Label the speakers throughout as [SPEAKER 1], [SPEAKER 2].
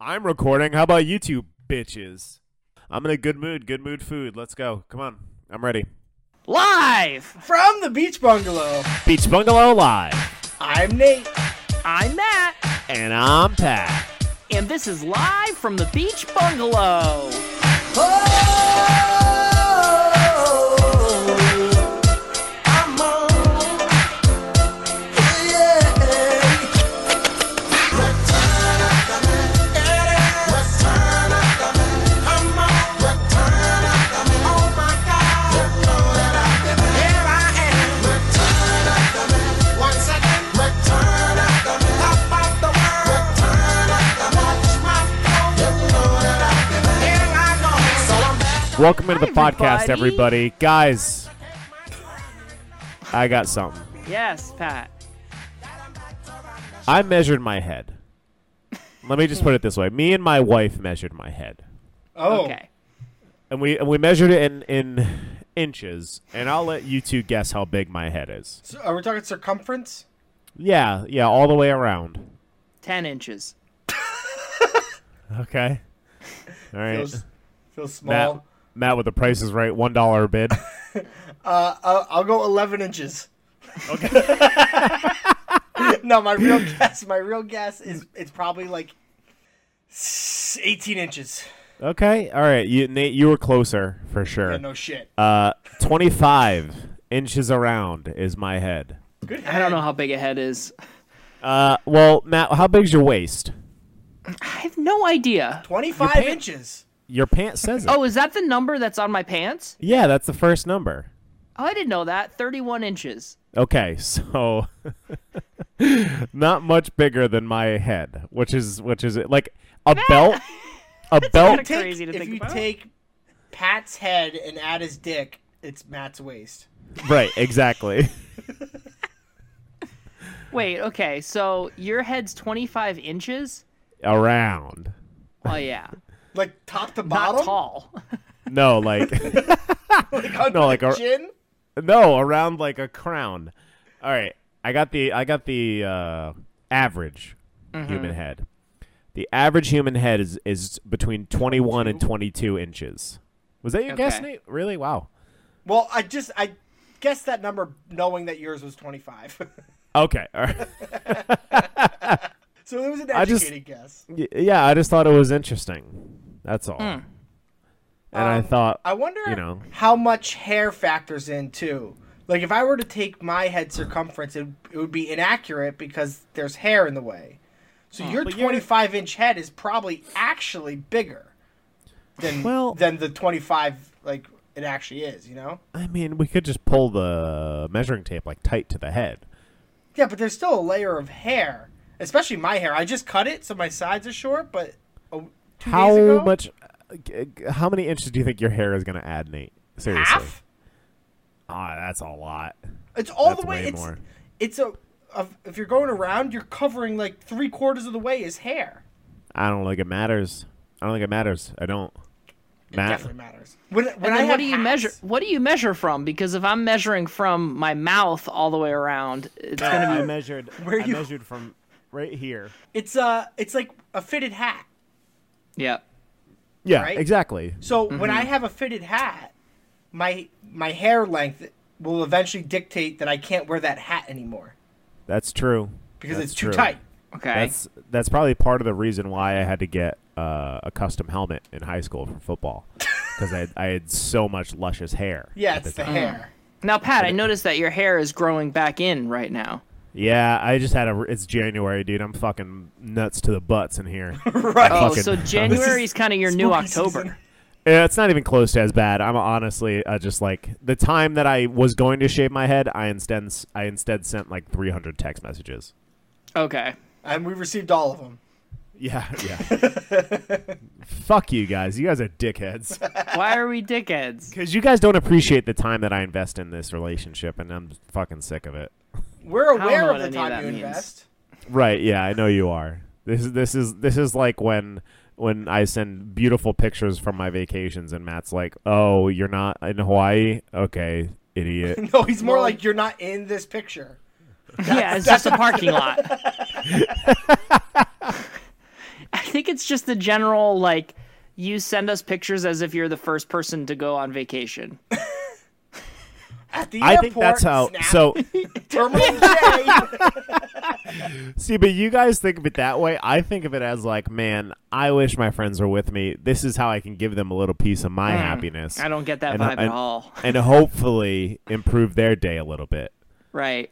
[SPEAKER 1] I'm recording. How about you two bitches? I'm in a good mood. Good mood food. Let's go. Come on. I'm ready.
[SPEAKER 2] Live!
[SPEAKER 3] From the beach bungalow,
[SPEAKER 1] Beach Bungalow Live.
[SPEAKER 3] I'm Nate.
[SPEAKER 2] I'm Matt,
[SPEAKER 1] And I'm Pat.
[SPEAKER 2] and this is live from the beach bungalow.
[SPEAKER 1] Welcome into the
[SPEAKER 2] Hi,
[SPEAKER 1] podcast,
[SPEAKER 2] everybody.
[SPEAKER 1] everybody. Guys, I got something.
[SPEAKER 2] Yes, Pat.
[SPEAKER 1] I measured my head. Let me just put it this way. Me and my wife measured my head.
[SPEAKER 3] Oh,
[SPEAKER 2] Okay.
[SPEAKER 1] And we and we measured it in in inches, and I'll let you two guess how big my head is.
[SPEAKER 3] so are we talking circumference?
[SPEAKER 1] Yeah, yeah, all the way around.
[SPEAKER 2] 10 inches.
[SPEAKER 1] Okay. All right.
[SPEAKER 3] Feels, feels
[SPEAKER 1] Matt,
[SPEAKER 3] small.
[SPEAKER 1] Matt with the price is right, one dollar a bid.
[SPEAKER 3] Uh, I'll, I'll go 11 inches. Okay. no, my real guess, my real guess is it's probably like s- 18 inches.
[SPEAKER 1] okay, all right. You Nate, you were closer for
[SPEAKER 3] Yeah,
[SPEAKER 1] sure.
[SPEAKER 3] no shit.
[SPEAKER 1] Uh, twenty-five inches around is my head.
[SPEAKER 3] Good.
[SPEAKER 2] I don't know how big a head is.
[SPEAKER 1] Uh, well, Matt, how big's your waist?
[SPEAKER 2] I have no idea.
[SPEAKER 3] 25 inches.
[SPEAKER 1] Your pants says it.
[SPEAKER 2] Oh, is that the number that's on my pants?
[SPEAKER 1] yeah, that's the first number.
[SPEAKER 2] Oh, I didn't know that. 31 inches.
[SPEAKER 1] Okay, so not much bigger than my head, which is which is like a belt. A belt.
[SPEAKER 2] kinda Crazy to
[SPEAKER 3] if
[SPEAKER 2] think
[SPEAKER 3] you
[SPEAKER 2] about.
[SPEAKER 3] take Pat's head and add his dick, it's Matt's waist.
[SPEAKER 1] Right, exactly.
[SPEAKER 2] Wait, okay, so your head's 25 inches?
[SPEAKER 1] Around.
[SPEAKER 2] Oh, yeah.
[SPEAKER 3] Like top to
[SPEAKER 2] Not
[SPEAKER 3] bottom?
[SPEAKER 2] tall.
[SPEAKER 1] No, like
[SPEAKER 3] Under
[SPEAKER 1] No, like
[SPEAKER 3] the
[SPEAKER 1] a-
[SPEAKER 3] chin?
[SPEAKER 1] No, around like a crown. All right, I got the I got the uh, average
[SPEAKER 3] Mm-hmm.
[SPEAKER 1] human head. The average human head is is between twenty one and twenty two inches. Was that your guess,
[SPEAKER 2] Okay.
[SPEAKER 1] Nate? Really? Wow.
[SPEAKER 3] Well, I just I guessed that number knowing that yours was 25.
[SPEAKER 1] Okay. All right.
[SPEAKER 3] so it was an
[SPEAKER 1] just-
[SPEAKER 3] educated guess.
[SPEAKER 1] Y- yeah, I just thought it was interesting. That's all. And I thought
[SPEAKER 3] Hmm. Um, I wonder
[SPEAKER 1] you know.
[SPEAKER 3] how much hair factors in too. Like if I were to take my head circumference, it, it would be inaccurate because there's hair in the way. So your
[SPEAKER 1] But you're-
[SPEAKER 3] 25 inch head is probably actually bigger than
[SPEAKER 1] Well-
[SPEAKER 3] than the 25 like it actually is. You know?
[SPEAKER 1] I mean, we could just pull the measuring tape like tight to the head.
[SPEAKER 3] Yeah, but there's still a layer of hair, especially my hair. I just cut it, so my sides are short. But oh, two
[SPEAKER 1] How
[SPEAKER 3] days ago,
[SPEAKER 1] much? uh, g- g- How many inches do you think your hair is going to add, Nate? Seriously.
[SPEAKER 3] Half?
[SPEAKER 1] Ah, that's a lot.
[SPEAKER 3] It's all
[SPEAKER 1] That's
[SPEAKER 3] the way.
[SPEAKER 1] way
[SPEAKER 3] it's
[SPEAKER 1] more.
[SPEAKER 3] it's a, a if you're going around, you're covering like three quarters of the way is hair.
[SPEAKER 1] I don't think it matters. I don't think it matters. I don't. Matt,
[SPEAKER 3] Definitely matters. When when
[SPEAKER 2] And then
[SPEAKER 3] I have
[SPEAKER 2] what do you
[SPEAKER 3] hats,
[SPEAKER 2] measure? What do you measure from? Because if I'm measuring from my mouth all the way around, it's gonna
[SPEAKER 1] I measured.
[SPEAKER 3] Uh, Where you-
[SPEAKER 1] measured from right here.
[SPEAKER 3] It's uh it's like a fitted hat.
[SPEAKER 2] be yeah.
[SPEAKER 1] Yeah,
[SPEAKER 3] Right?
[SPEAKER 1] exactly.
[SPEAKER 3] So when
[SPEAKER 1] Mm-hmm.
[SPEAKER 3] I have a fitted hat, my my hair length will eventually dictate that I can't wear that hat anymore
[SPEAKER 1] That's true.
[SPEAKER 3] because
[SPEAKER 1] That's
[SPEAKER 3] it's too
[SPEAKER 1] true.
[SPEAKER 3] tight.
[SPEAKER 2] Okay.
[SPEAKER 1] That's that's probably part of the reason why I had to get uh, a custom helmet in high school for football because I I had so much luscious hair.
[SPEAKER 3] Yeah,
[SPEAKER 1] at
[SPEAKER 3] it's
[SPEAKER 1] the
[SPEAKER 3] the
[SPEAKER 2] Mm.
[SPEAKER 3] hair.
[SPEAKER 2] Now, Pat, I noticed that your hair is growing back in right now.
[SPEAKER 1] Yeah, I just had a. It's January, dude. I'm fucking nuts to the butts in here.
[SPEAKER 3] Right.
[SPEAKER 2] Oh,
[SPEAKER 1] Fucking-
[SPEAKER 2] so January is kind of your new
[SPEAKER 3] Spooky
[SPEAKER 2] October.
[SPEAKER 3] season.
[SPEAKER 1] Yeah, it's not even close to as bad. I'm honestly uh, just like the time that I was going to shave my head, I instead I instead sent like 300 text messages.
[SPEAKER 2] Okay.
[SPEAKER 3] And we received all of them.
[SPEAKER 1] Yeah, yeah. Fuck you guys. You guys are dickheads.
[SPEAKER 2] Why are we dickheads?
[SPEAKER 1] Cuz you guys don't appreciate the time that I invest in this relationship and I'm fucking sick of it.
[SPEAKER 3] We're
[SPEAKER 2] don't know
[SPEAKER 3] aware
[SPEAKER 2] what
[SPEAKER 3] of
[SPEAKER 2] any
[SPEAKER 3] the
[SPEAKER 2] of that
[SPEAKER 3] time you
[SPEAKER 2] means.
[SPEAKER 3] invest.
[SPEAKER 1] Right, yeah, I know you are. This is this is this is like when when I send beautiful pictures from my vacations and Matt's like, "Oh, you're not in Hawaii?" Okay, idiot.
[SPEAKER 3] No, he's more
[SPEAKER 2] Well-
[SPEAKER 3] like you're not in this picture.
[SPEAKER 2] Yeah, it's just a parking lot. I think it's just the general like you send us pictures as if you're the first person to go on vacation.
[SPEAKER 3] At the
[SPEAKER 1] I
[SPEAKER 3] airport,
[SPEAKER 1] think that's how.
[SPEAKER 3] snap,
[SPEAKER 1] So
[SPEAKER 3] Terminal J.
[SPEAKER 1] see, but you guys think of it that way. I think of it as like, man, I wish my friends were with me. This is how I can give them a little piece of my happiness.
[SPEAKER 2] Mm. I don't get that
[SPEAKER 1] And-
[SPEAKER 2] vibe at
[SPEAKER 1] and-
[SPEAKER 2] all.
[SPEAKER 1] and hopefully improve their day a little bit.
[SPEAKER 2] Right.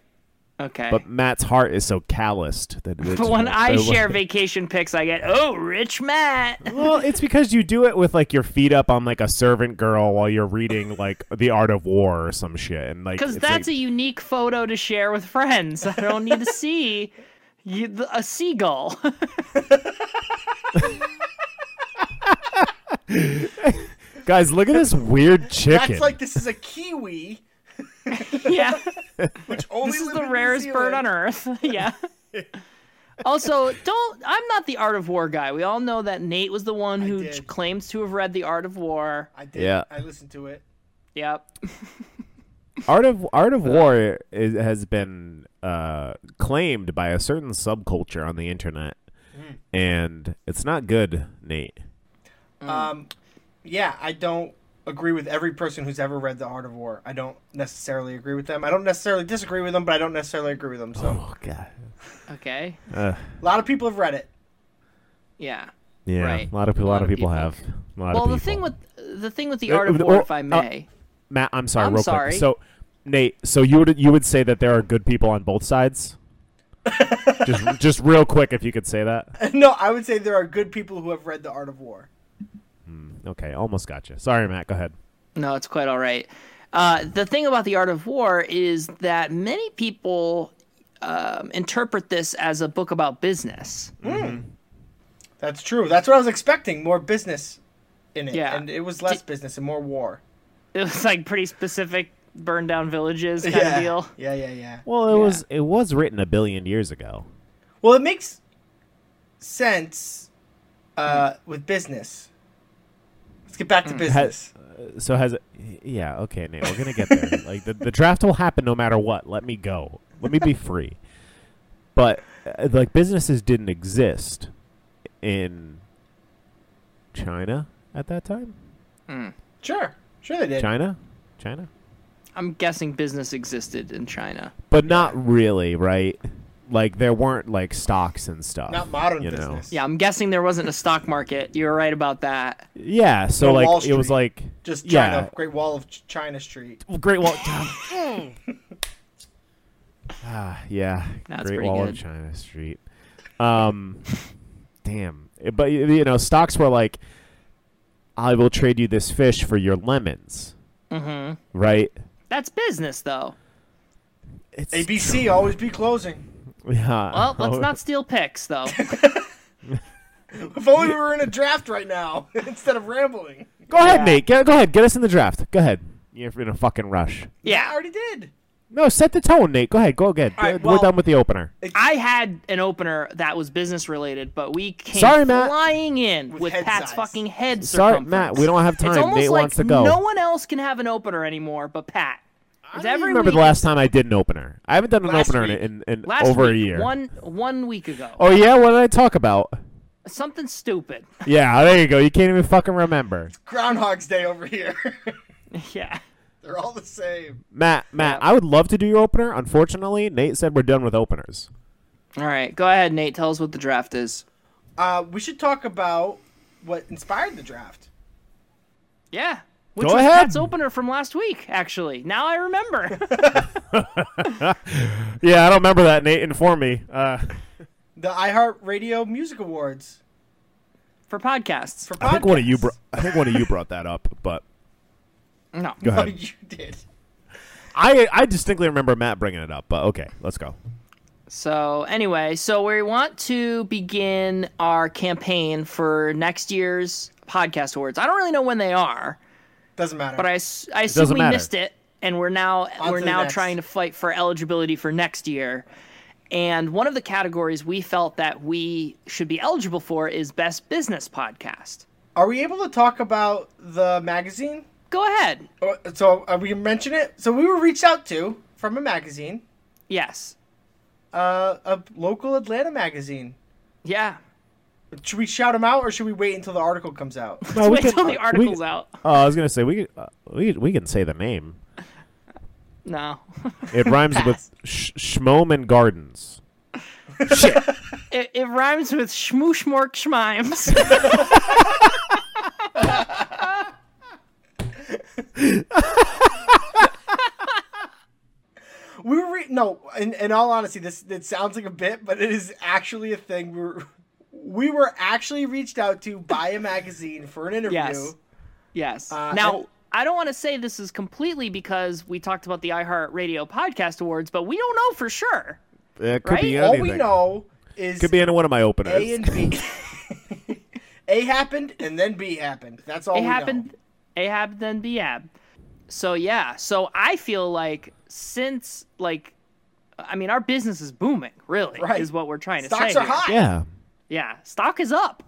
[SPEAKER 2] Okay.
[SPEAKER 1] But Matt's heart is so calloused that it's,
[SPEAKER 2] But when I
[SPEAKER 1] so-
[SPEAKER 2] share vacation pics, I get, oh, rich Matt.
[SPEAKER 1] well, it's because you do it with like your feet up on like a servant girl while you're reading like The Art of War or some shit, and like
[SPEAKER 2] Because
[SPEAKER 1] it's
[SPEAKER 2] that's a
[SPEAKER 1] like,
[SPEAKER 2] unique photo to share with friends. I don't need to see you, th- a seagull.
[SPEAKER 1] guys, look at this weird chicken.
[SPEAKER 3] That's like this is a kiwi,
[SPEAKER 2] yeah.
[SPEAKER 3] which only
[SPEAKER 2] This is the rarest bird on earth. yeah. Also, don't. I'm not the Art of War guy. We all know that Nate was the one who
[SPEAKER 3] did.
[SPEAKER 2] claims to have read The Art of War.
[SPEAKER 3] I did.
[SPEAKER 1] Yeah.
[SPEAKER 3] I listened to it.
[SPEAKER 2] Yep.
[SPEAKER 1] Art of Art of
[SPEAKER 2] uh,
[SPEAKER 1] War is, has been uh, claimed by a certain subculture on the internet,
[SPEAKER 2] Hmm.
[SPEAKER 1] and it's not good, Nate.
[SPEAKER 3] Um, yeah, I don't agree with every person who's ever read The Art of War. I don't necessarily agree with them. I don't necessarily disagree with them, but I don't necessarily agree with them. So
[SPEAKER 1] Oh God.
[SPEAKER 2] Okay.
[SPEAKER 1] Oh.
[SPEAKER 3] a lot of people have read it.
[SPEAKER 2] Yeah.
[SPEAKER 1] Yeah,
[SPEAKER 2] Right.
[SPEAKER 1] a lot of, a lot of people, have. A lot of
[SPEAKER 2] Well, the
[SPEAKER 1] people.
[SPEAKER 2] thing with the thing with the
[SPEAKER 1] Uh,
[SPEAKER 2] Art of
[SPEAKER 1] uh,
[SPEAKER 2] War,
[SPEAKER 1] or-
[SPEAKER 2] if I
[SPEAKER 1] uh,
[SPEAKER 2] may.
[SPEAKER 1] Matt, I'm sorry,
[SPEAKER 2] I'm
[SPEAKER 1] real
[SPEAKER 2] sorry.
[SPEAKER 1] quick. So, Nate, so you would you would say that there are good people on both sides? just just real quick, if you could say that.
[SPEAKER 3] no, I would say there are good people who have read The Art of War.
[SPEAKER 1] Okay, almost got you. Sorry, Matt. Go ahead.
[SPEAKER 2] No, it's quite all right. Uh, the thing about the Art of War is that many people um, interpret this as a book about business.
[SPEAKER 3] That's true. That's what I was expecting. More business in it,
[SPEAKER 2] Yeah.
[SPEAKER 3] and it was less business and more war.
[SPEAKER 2] It was like pretty specific, burn down villages kind
[SPEAKER 3] yeah.
[SPEAKER 2] of deal.
[SPEAKER 3] Yeah, yeah, yeah.
[SPEAKER 1] Well, it
[SPEAKER 2] Yeah.
[SPEAKER 1] was it was written a billion years ago.
[SPEAKER 3] Well, it makes sense uh,
[SPEAKER 1] Hmm.
[SPEAKER 3] with business. Let's get back to business.
[SPEAKER 1] So Hmm. has it? Yeah. Okay, Nate. We're gonna get there. like the, the draft will happen no matter what. Let me go. Let me be free. But uh, like businesses didn't exist in China at that time.
[SPEAKER 3] Sure, sure they did.
[SPEAKER 1] China, China.
[SPEAKER 2] I'm guessing business existed in China.
[SPEAKER 1] but not really, right? Like there weren't like stocks and stuff.
[SPEAKER 3] Not modern
[SPEAKER 1] you know?
[SPEAKER 3] business.
[SPEAKER 2] Yeah, I'm guessing there wasn't a stock market. You're right about that.
[SPEAKER 1] Yeah, so
[SPEAKER 3] Or
[SPEAKER 1] like
[SPEAKER 3] Wall
[SPEAKER 1] it was
[SPEAKER 3] Street.
[SPEAKER 1] like
[SPEAKER 3] Just China,
[SPEAKER 1] yeah,
[SPEAKER 3] Great Wall of Ch- China Street.
[SPEAKER 1] Great Wall. ah, yeah,
[SPEAKER 2] That's
[SPEAKER 1] Great
[SPEAKER 2] pretty
[SPEAKER 1] Wall of
[SPEAKER 2] good.
[SPEAKER 1] China Street. Um, damn, Eh, but you know, stocks were like, I will trade you this fish for your lemons, mm-hmm. right?
[SPEAKER 2] That's business, though.
[SPEAKER 1] It's
[SPEAKER 3] ABC always be closing.
[SPEAKER 1] Yeah.
[SPEAKER 2] Well, let's not steal picks, though.
[SPEAKER 3] If only we were in a draft right now instead of rambling.
[SPEAKER 1] Go ahead,
[SPEAKER 2] Yeah.
[SPEAKER 1] Nate. Get, go ahead. Get us in the draft. Go ahead. You're in a fucking rush.
[SPEAKER 3] I
[SPEAKER 2] Yeah,
[SPEAKER 3] already did.
[SPEAKER 1] No, set the tone, Nate. Go ahead. Go ahead.
[SPEAKER 3] All right,
[SPEAKER 1] Uh,
[SPEAKER 3] well-
[SPEAKER 1] We're done with the opener.
[SPEAKER 2] I had an opener that was business related, but we came
[SPEAKER 1] Sorry, Matt.
[SPEAKER 2] flying in with,
[SPEAKER 3] With head
[SPEAKER 2] Pat's
[SPEAKER 3] size.
[SPEAKER 2] fucking head
[SPEAKER 1] Sorry,
[SPEAKER 2] circumference.
[SPEAKER 1] Matt. We don't have
[SPEAKER 2] It's
[SPEAKER 1] time.
[SPEAKER 2] almost
[SPEAKER 1] Nate
[SPEAKER 2] like
[SPEAKER 1] wants to go.
[SPEAKER 2] no one else can have an opener anymore, but Pat.
[SPEAKER 1] I
[SPEAKER 2] It's
[SPEAKER 1] don't
[SPEAKER 2] every
[SPEAKER 1] remember the
[SPEAKER 2] week-
[SPEAKER 1] last time I did an opener. I haven't done an
[SPEAKER 3] Last
[SPEAKER 1] opener
[SPEAKER 3] week.
[SPEAKER 1] in, in, in
[SPEAKER 2] last
[SPEAKER 1] over
[SPEAKER 2] week,
[SPEAKER 1] a year.
[SPEAKER 2] One one week ago,
[SPEAKER 1] Oh yeah, what did I talk about?
[SPEAKER 2] something stupid.
[SPEAKER 1] Yeah, there you go. You can't even fucking remember.
[SPEAKER 3] Groundhog's Day over here.
[SPEAKER 2] yeah.
[SPEAKER 3] They're all the same.
[SPEAKER 1] Matt, Matt, I would love to do your opener. Unfortunately, Nate said we're done with openers.
[SPEAKER 2] All right, go ahead, Nate. Tell us what the draft is.
[SPEAKER 3] Uh, we should talk about what inspired the draft.
[SPEAKER 2] Yeah. Which
[SPEAKER 1] Go
[SPEAKER 2] was
[SPEAKER 1] ahead.
[SPEAKER 2] Pat's opener from last week, actually. Now I remember.
[SPEAKER 1] Yeah, I don't remember that. Nate, inform me. Uh,
[SPEAKER 3] The iHeartRadio Music Awards
[SPEAKER 2] for podcasts.
[SPEAKER 3] for podcasts.
[SPEAKER 1] I think one of you, br- I think one of you brought that up, but
[SPEAKER 2] no.
[SPEAKER 1] go
[SPEAKER 3] Oh,
[SPEAKER 1] ahead.
[SPEAKER 3] you did.
[SPEAKER 1] I I distinctly remember Matt bringing it up, but okay, let's go.
[SPEAKER 2] So, anyway, so we want to begin our campaign for next year's podcast awards. I don't really know when they are,
[SPEAKER 3] Doesn't matter.
[SPEAKER 2] but I, s- I assume
[SPEAKER 1] doesn't
[SPEAKER 2] we
[SPEAKER 1] matter.
[SPEAKER 2] missed it and we're now
[SPEAKER 3] On
[SPEAKER 2] we're
[SPEAKER 3] to the
[SPEAKER 2] now
[SPEAKER 3] next.
[SPEAKER 2] trying to fight for eligibility for next year. And one of the categories we felt that we should be eligible for is best business podcast.
[SPEAKER 3] Are we able to talk about the magazine?
[SPEAKER 2] Go ahead.
[SPEAKER 3] Uh, So are we gonna mention it? So we were reached out to from a magazine,
[SPEAKER 2] Yes.
[SPEAKER 3] uh, a local Atlanta magazine.
[SPEAKER 2] Yeah.
[SPEAKER 3] Should we shout them out or should we wait until the article comes out?
[SPEAKER 1] No,
[SPEAKER 2] Wait till
[SPEAKER 3] uh,
[SPEAKER 2] the article's out.
[SPEAKER 1] Oh, I was gonna say we could, uh, we we can say the name.
[SPEAKER 2] No.
[SPEAKER 1] It rhymes with
[SPEAKER 2] Pass.
[SPEAKER 1] Sh- Schmoman Gardens. Shit.
[SPEAKER 2] It, it rhymes with schmooshmork schmimes.
[SPEAKER 3] We were re- no, in, in all honesty, this it sounds like a bit, but it is actually a thing. We were, we were actually reached out to by a magazine for an interview.
[SPEAKER 2] Yes. Yes.
[SPEAKER 3] Uh,
[SPEAKER 2] now,
[SPEAKER 3] and-
[SPEAKER 2] I don't want to say this is completely because we talked about the iHeart Radio Podcast Awards, but we don't know for sure.
[SPEAKER 1] It could be
[SPEAKER 2] Right?
[SPEAKER 1] anything.
[SPEAKER 3] All we know is
[SPEAKER 1] could be in one of my
[SPEAKER 3] A
[SPEAKER 1] openers.
[SPEAKER 3] and B. a happened and then B happened. That's all
[SPEAKER 2] It
[SPEAKER 3] Oh, we
[SPEAKER 2] happened,
[SPEAKER 3] know.
[SPEAKER 2] Ahab, then Beab. So, yeah. So, I feel like since, like, I mean, our business is booming, really,
[SPEAKER 3] Right.
[SPEAKER 2] is what we're trying to
[SPEAKER 3] Stocks
[SPEAKER 2] say.
[SPEAKER 3] are
[SPEAKER 2] here.
[SPEAKER 3] high.
[SPEAKER 1] Yeah.
[SPEAKER 2] Yeah. Stock is up.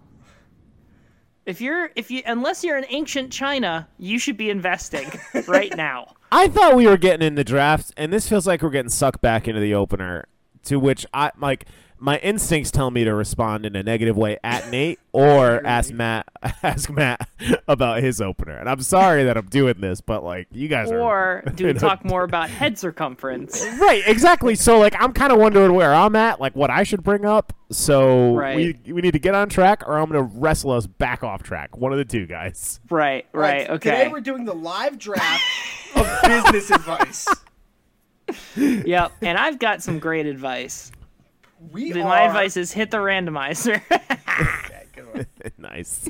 [SPEAKER 2] If you're, if you, unless you're in ancient China, you should be investing right now.
[SPEAKER 1] I thought we were getting in the drafts, and this feels like we're getting sucked back into the opener. To which I like my instincts tell me to respond in a negative way at Nate or ask Matt ask Matt about his opener. And I'm sorry that I'm doing this, but like you guys are
[SPEAKER 2] Or do we talk more about head circumference?
[SPEAKER 1] right exactly. So like I'm kind of wondering where I'm at, like what I should bring up. So
[SPEAKER 2] Right.
[SPEAKER 1] we we need to get on track, or I'm gonna wrestle us back off track. One of the two guys.
[SPEAKER 2] Right, right,
[SPEAKER 3] Like,
[SPEAKER 2] okay.
[SPEAKER 3] Today we're doing the live draft of business advice.
[SPEAKER 2] Yep, and I've got some great advice.
[SPEAKER 3] We are.
[SPEAKER 2] My advice is hit the randomizer.
[SPEAKER 3] Okay, good one.
[SPEAKER 1] nice.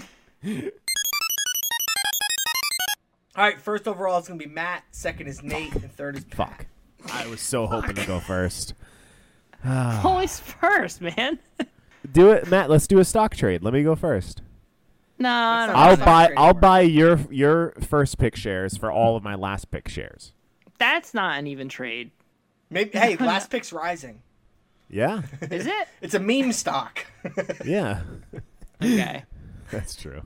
[SPEAKER 3] All right, first overall is gonna be Matt. Second is Nate, and third is Pat.
[SPEAKER 1] Fuck. I was so hoping to go first.
[SPEAKER 2] Always
[SPEAKER 3] Ah.
[SPEAKER 2] first, man.
[SPEAKER 1] Do it, Matt. Let's do a stock trade. Let me go first.
[SPEAKER 2] No, I don't
[SPEAKER 3] That's
[SPEAKER 2] know.
[SPEAKER 1] I'll
[SPEAKER 3] stock
[SPEAKER 1] buy.
[SPEAKER 3] trade
[SPEAKER 1] I'll
[SPEAKER 3] works.
[SPEAKER 1] buy your your first pick shares for all of my last pick shares.
[SPEAKER 2] that's not an even trade,
[SPEAKER 3] Maybe hey, last pick's rising.
[SPEAKER 1] Yeah,
[SPEAKER 2] is it?
[SPEAKER 3] It's a meme stock.
[SPEAKER 1] yeah,
[SPEAKER 2] Okay.
[SPEAKER 1] that's true.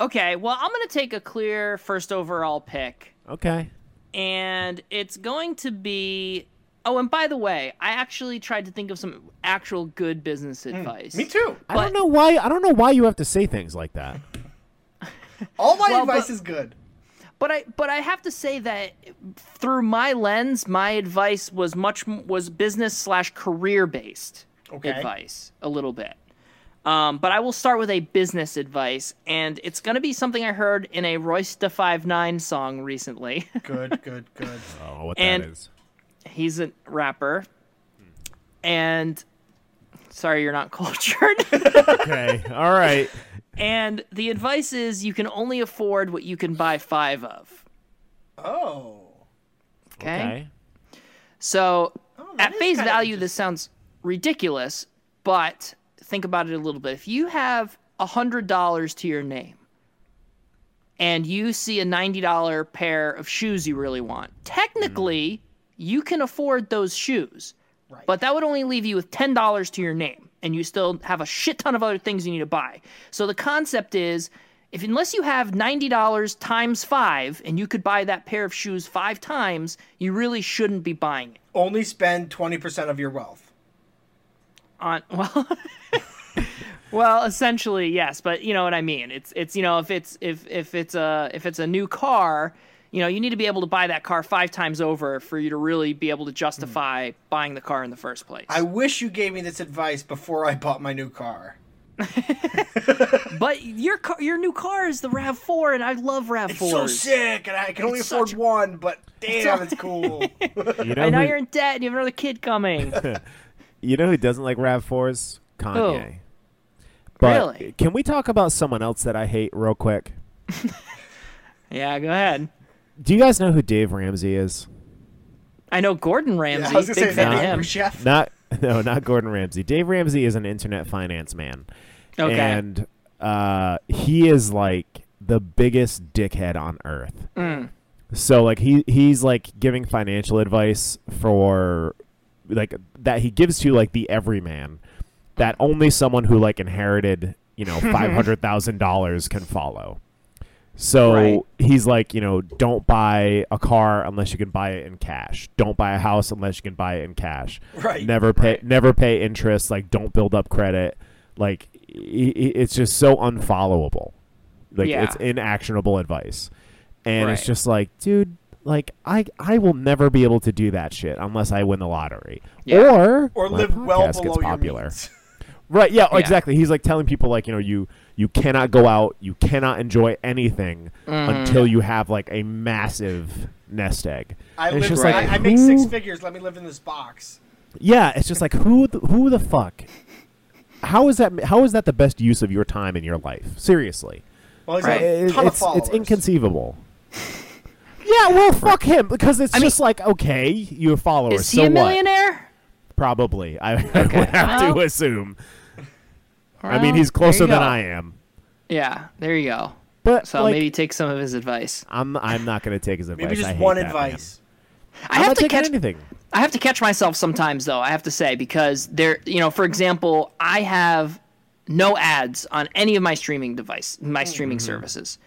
[SPEAKER 2] Okay, well, I'm going to take a clear first overall pick,
[SPEAKER 1] Okay.
[SPEAKER 2] and it's going to be. Oh, and by the way, I actually tried to think of some actual good business advice.
[SPEAKER 3] Hmm, Me too.
[SPEAKER 1] I
[SPEAKER 2] But-
[SPEAKER 1] don't know why. I don't know why you have to say things like that.
[SPEAKER 3] All my
[SPEAKER 2] Well,
[SPEAKER 3] advice
[SPEAKER 2] but-
[SPEAKER 3] is good.
[SPEAKER 2] but I but I have to say that through my lens, my advice was much m- was business slash career based
[SPEAKER 3] Okay.
[SPEAKER 2] advice a little bit. Um, but I will start with a business advice, and it's going to be something I heard in a Royce da Five Nine song recently.
[SPEAKER 3] Good, good, good.
[SPEAKER 1] I don't know what
[SPEAKER 2] And-
[SPEAKER 1] that is.
[SPEAKER 2] He's a rapper, and sorry, you're not cultured.
[SPEAKER 1] Okay. All right.
[SPEAKER 2] and the advice is you can only afford what you can buy five of.
[SPEAKER 3] Oh.
[SPEAKER 2] okay?
[SPEAKER 1] Okay.
[SPEAKER 2] So
[SPEAKER 3] Oh, that
[SPEAKER 2] at
[SPEAKER 3] is
[SPEAKER 2] face
[SPEAKER 3] kind of
[SPEAKER 2] value, this sounds ridiculous, but think about it a little bit. If you have hundred dollars to your name and you see a ninety dollar pair of shoes you really want, technically you can afford those shoes.
[SPEAKER 3] Mm-hmm. Right.
[SPEAKER 2] But that would only leave you with ten dollars to your name, and you still have a shit ton of other things you need to buy. So the concept is if unless you have ninety dollars times five and you could buy that pair of shoes five times, you really shouldn't be buying it.
[SPEAKER 3] Only spend twenty percent of your wealth.
[SPEAKER 2] on well well essentially yes but you know what i mean it's it's you know if it's if if it's a if it's a new car you know you need to be able to buy that car five times over for you to really be able to justify buying the car in the first place
[SPEAKER 3] I wish you gave me this advice before I bought my new car.
[SPEAKER 2] but your car your new car is the rav4 and i love rav4
[SPEAKER 3] So sick, and I can only
[SPEAKER 2] It's
[SPEAKER 3] afford
[SPEAKER 2] such-
[SPEAKER 3] one. But damn, it's cool.
[SPEAKER 1] You
[SPEAKER 2] and
[SPEAKER 1] know
[SPEAKER 2] now
[SPEAKER 1] who,
[SPEAKER 2] you're in debt and you have another kid coming
[SPEAKER 1] you know who doesn't like Rav fours? Kanye. But
[SPEAKER 2] Really?
[SPEAKER 1] can we talk about someone else that I hate real quick?
[SPEAKER 2] yeah go ahead
[SPEAKER 1] Do you guys know who Dave Ramsey is?
[SPEAKER 2] i know gordon ramsay big fan of
[SPEAKER 1] not-
[SPEAKER 2] him
[SPEAKER 3] chef.
[SPEAKER 1] Not no, not Gordon Ramsay. Dave Ramsey is an internet finance man.
[SPEAKER 2] Okay.
[SPEAKER 1] And uh, he is like the biggest dickhead on earth. So like he he's like giving financial advice for like that he gives to like the everyman that only someone who like inherited, you know, $500,000 can follow. So
[SPEAKER 2] Right.
[SPEAKER 1] he's like, you know, don't buy a car unless you can buy it in cash. Don't buy a house unless you can buy it in cash.
[SPEAKER 3] Right,
[SPEAKER 1] Never pay.
[SPEAKER 2] right.
[SPEAKER 1] Never pay interest. Like, don't build up credit. Like, i- i- it's just so unfollowable. Like,
[SPEAKER 2] Yeah.
[SPEAKER 1] it's inactionable advice, and it's
[SPEAKER 2] Right.
[SPEAKER 1] just like, dude, like I I will never be able to do that shit unless I win the lottery
[SPEAKER 2] Yeah.
[SPEAKER 1] or
[SPEAKER 3] or
[SPEAKER 1] my
[SPEAKER 3] live well
[SPEAKER 1] podcast
[SPEAKER 3] below
[SPEAKER 1] gets
[SPEAKER 3] your
[SPEAKER 1] popular.
[SPEAKER 3] means.
[SPEAKER 1] Right. Yeah,
[SPEAKER 2] Yeah.
[SPEAKER 1] Exactly. He's like telling people like you know you you cannot go out, you cannot enjoy anything
[SPEAKER 2] Mm.
[SPEAKER 1] until you have like a massive nest egg.
[SPEAKER 3] I
[SPEAKER 1] And it's
[SPEAKER 3] live.
[SPEAKER 1] just
[SPEAKER 2] Right.
[SPEAKER 1] like
[SPEAKER 3] I, I make six
[SPEAKER 1] who-
[SPEAKER 3] figures. Let me live in this box.
[SPEAKER 1] Yeah, it's just like who the, who the fuck. How is that? How is that the best use of your time in your life? Seriously,
[SPEAKER 3] Well, he's
[SPEAKER 2] Right.
[SPEAKER 3] got a
[SPEAKER 1] It-
[SPEAKER 3] ton of
[SPEAKER 1] it's
[SPEAKER 3] followers.
[SPEAKER 1] it's inconceivable. yeah, well, fuck him because it's
[SPEAKER 2] I mean-
[SPEAKER 1] just like okay, you have followers.
[SPEAKER 2] Is
[SPEAKER 1] so
[SPEAKER 2] he a
[SPEAKER 1] what?
[SPEAKER 2] millionaire?
[SPEAKER 1] Probably, I, I would have to
[SPEAKER 2] Well-
[SPEAKER 1] assume. I
[SPEAKER 2] Well,
[SPEAKER 1] mean, he's
[SPEAKER 2] there
[SPEAKER 1] closer
[SPEAKER 2] you
[SPEAKER 1] than
[SPEAKER 2] go.
[SPEAKER 1] I am,
[SPEAKER 2] Yeah, there you go.
[SPEAKER 1] but
[SPEAKER 2] So
[SPEAKER 1] like,
[SPEAKER 2] maybe take some of his advice.
[SPEAKER 1] I'm I'm not gonna take his advice.
[SPEAKER 3] Maybe
[SPEAKER 1] I
[SPEAKER 3] just
[SPEAKER 1] hate
[SPEAKER 3] one
[SPEAKER 1] that man.
[SPEAKER 3] advice.
[SPEAKER 1] I'm
[SPEAKER 2] I have
[SPEAKER 1] not
[SPEAKER 2] to
[SPEAKER 1] taking
[SPEAKER 2] catch.
[SPEAKER 1] anything.
[SPEAKER 2] I have to catch myself sometimes, though. I have to say because there, you know, for example, I have no ads on any of my streaming device, my streaming services.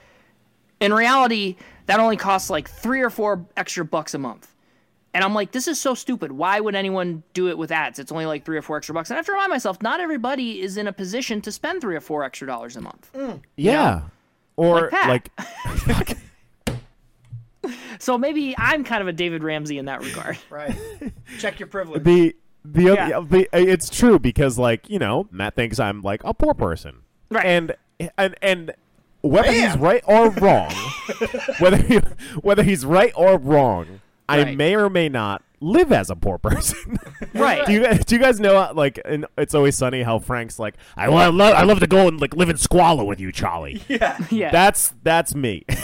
[SPEAKER 2] In reality, that only costs like three or four extra bucks a month. And I'm like, this is so stupid. Why would anyone do it with ads? It's only like three or four extra bucks. And I have to remind myself, not everybody is in a position to spend three or four extra dollars a month.
[SPEAKER 1] Yeah, or
[SPEAKER 2] Pat.
[SPEAKER 1] like,
[SPEAKER 2] So maybe I'm kind of a David Ramsey in that regard.
[SPEAKER 3] Right. Check your privilege.
[SPEAKER 1] the the, oth-
[SPEAKER 2] Yeah.
[SPEAKER 1] the uh, it's true because like you know Matt thinks I'm like a poor person,
[SPEAKER 2] Right.
[SPEAKER 1] And and and whether he's
[SPEAKER 3] Man.
[SPEAKER 1] right or wrong, whether he, whether he's right or wrong, I
[SPEAKER 2] Right.
[SPEAKER 1] may or may not live as a poor person.
[SPEAKER 2] Right.
[SPEAKER 1] do you guys, do you guys know like in it's always sunny how Frank's like I, lo- I love I love to go and like live in squalor with you, Charlie.
[SPEAKER 3] yeah.
[SPEAKER 2] yeah.
[SPEAKER 1] That's that's me.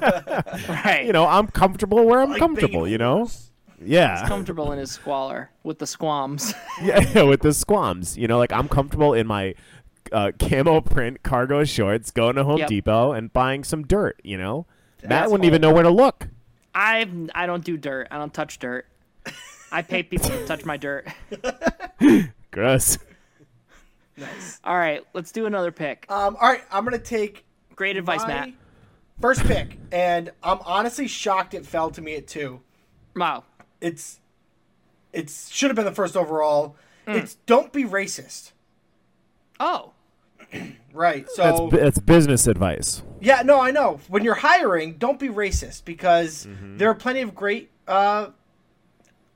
[SPEAKER 2] right.
[SPEAKER 1] you know, I'm comfortable where I'm
[SPEAKER 3] Like
[SPEAKER 1] comfortable,
[SPEAKER 3] being
[SPEAKER 1] you know?
[SPEAKER 3] homeless.
[SPEAKER 1] Yeah.
[SPEAKER 2] comfortable in his squalor with the squams.
[SPEAKER 1] yeah. With the squams. You know, like I'm comfortable in my uh, camo print cargo shorts going to Home
[SPEAKER 2] Yep.
[SPEAKER 1] Depot and buying some dirt, you know? Matt
[SPEAKER 3] That's
[SPEAKER 1] wouldn't even know where to look.
[SPEAKER 2] I I don't do dirt. I don't touch dirt. I pay people to touch my dirt.
[SPEAKER 1] Gross.
[SPEAKER 3] Nice.
[SPEAKER 2] All right, let's do another pick.
[SPEAKER 3] Um. All right. I'm gonna take
[SPEAKER 2] Great advice,
[SPEAKER 3] my
[SPEAKER 2] Matt.
[SPEAKER 3] First pick, and I'm honestly shocked it fell to me at two.
[SPEAKER 2] Wow.
[SPEAKER 3] It's, it's should have been the first overall.
[SPEAKER 1] Hmm.
[SPEAKER 3] It's don't be racist.
[SPEAKER 2] Oh,
[SPEAKER 3] Right. So
[SPEAKER 1] That's, bu- that's business advice.
[SPEAKER 3] Yeah, no, I know. When you're hiring, don't be racist because
[SPEAKER 2] Mm-hmm.
[SPEAKER 3] there are plenty of great uh,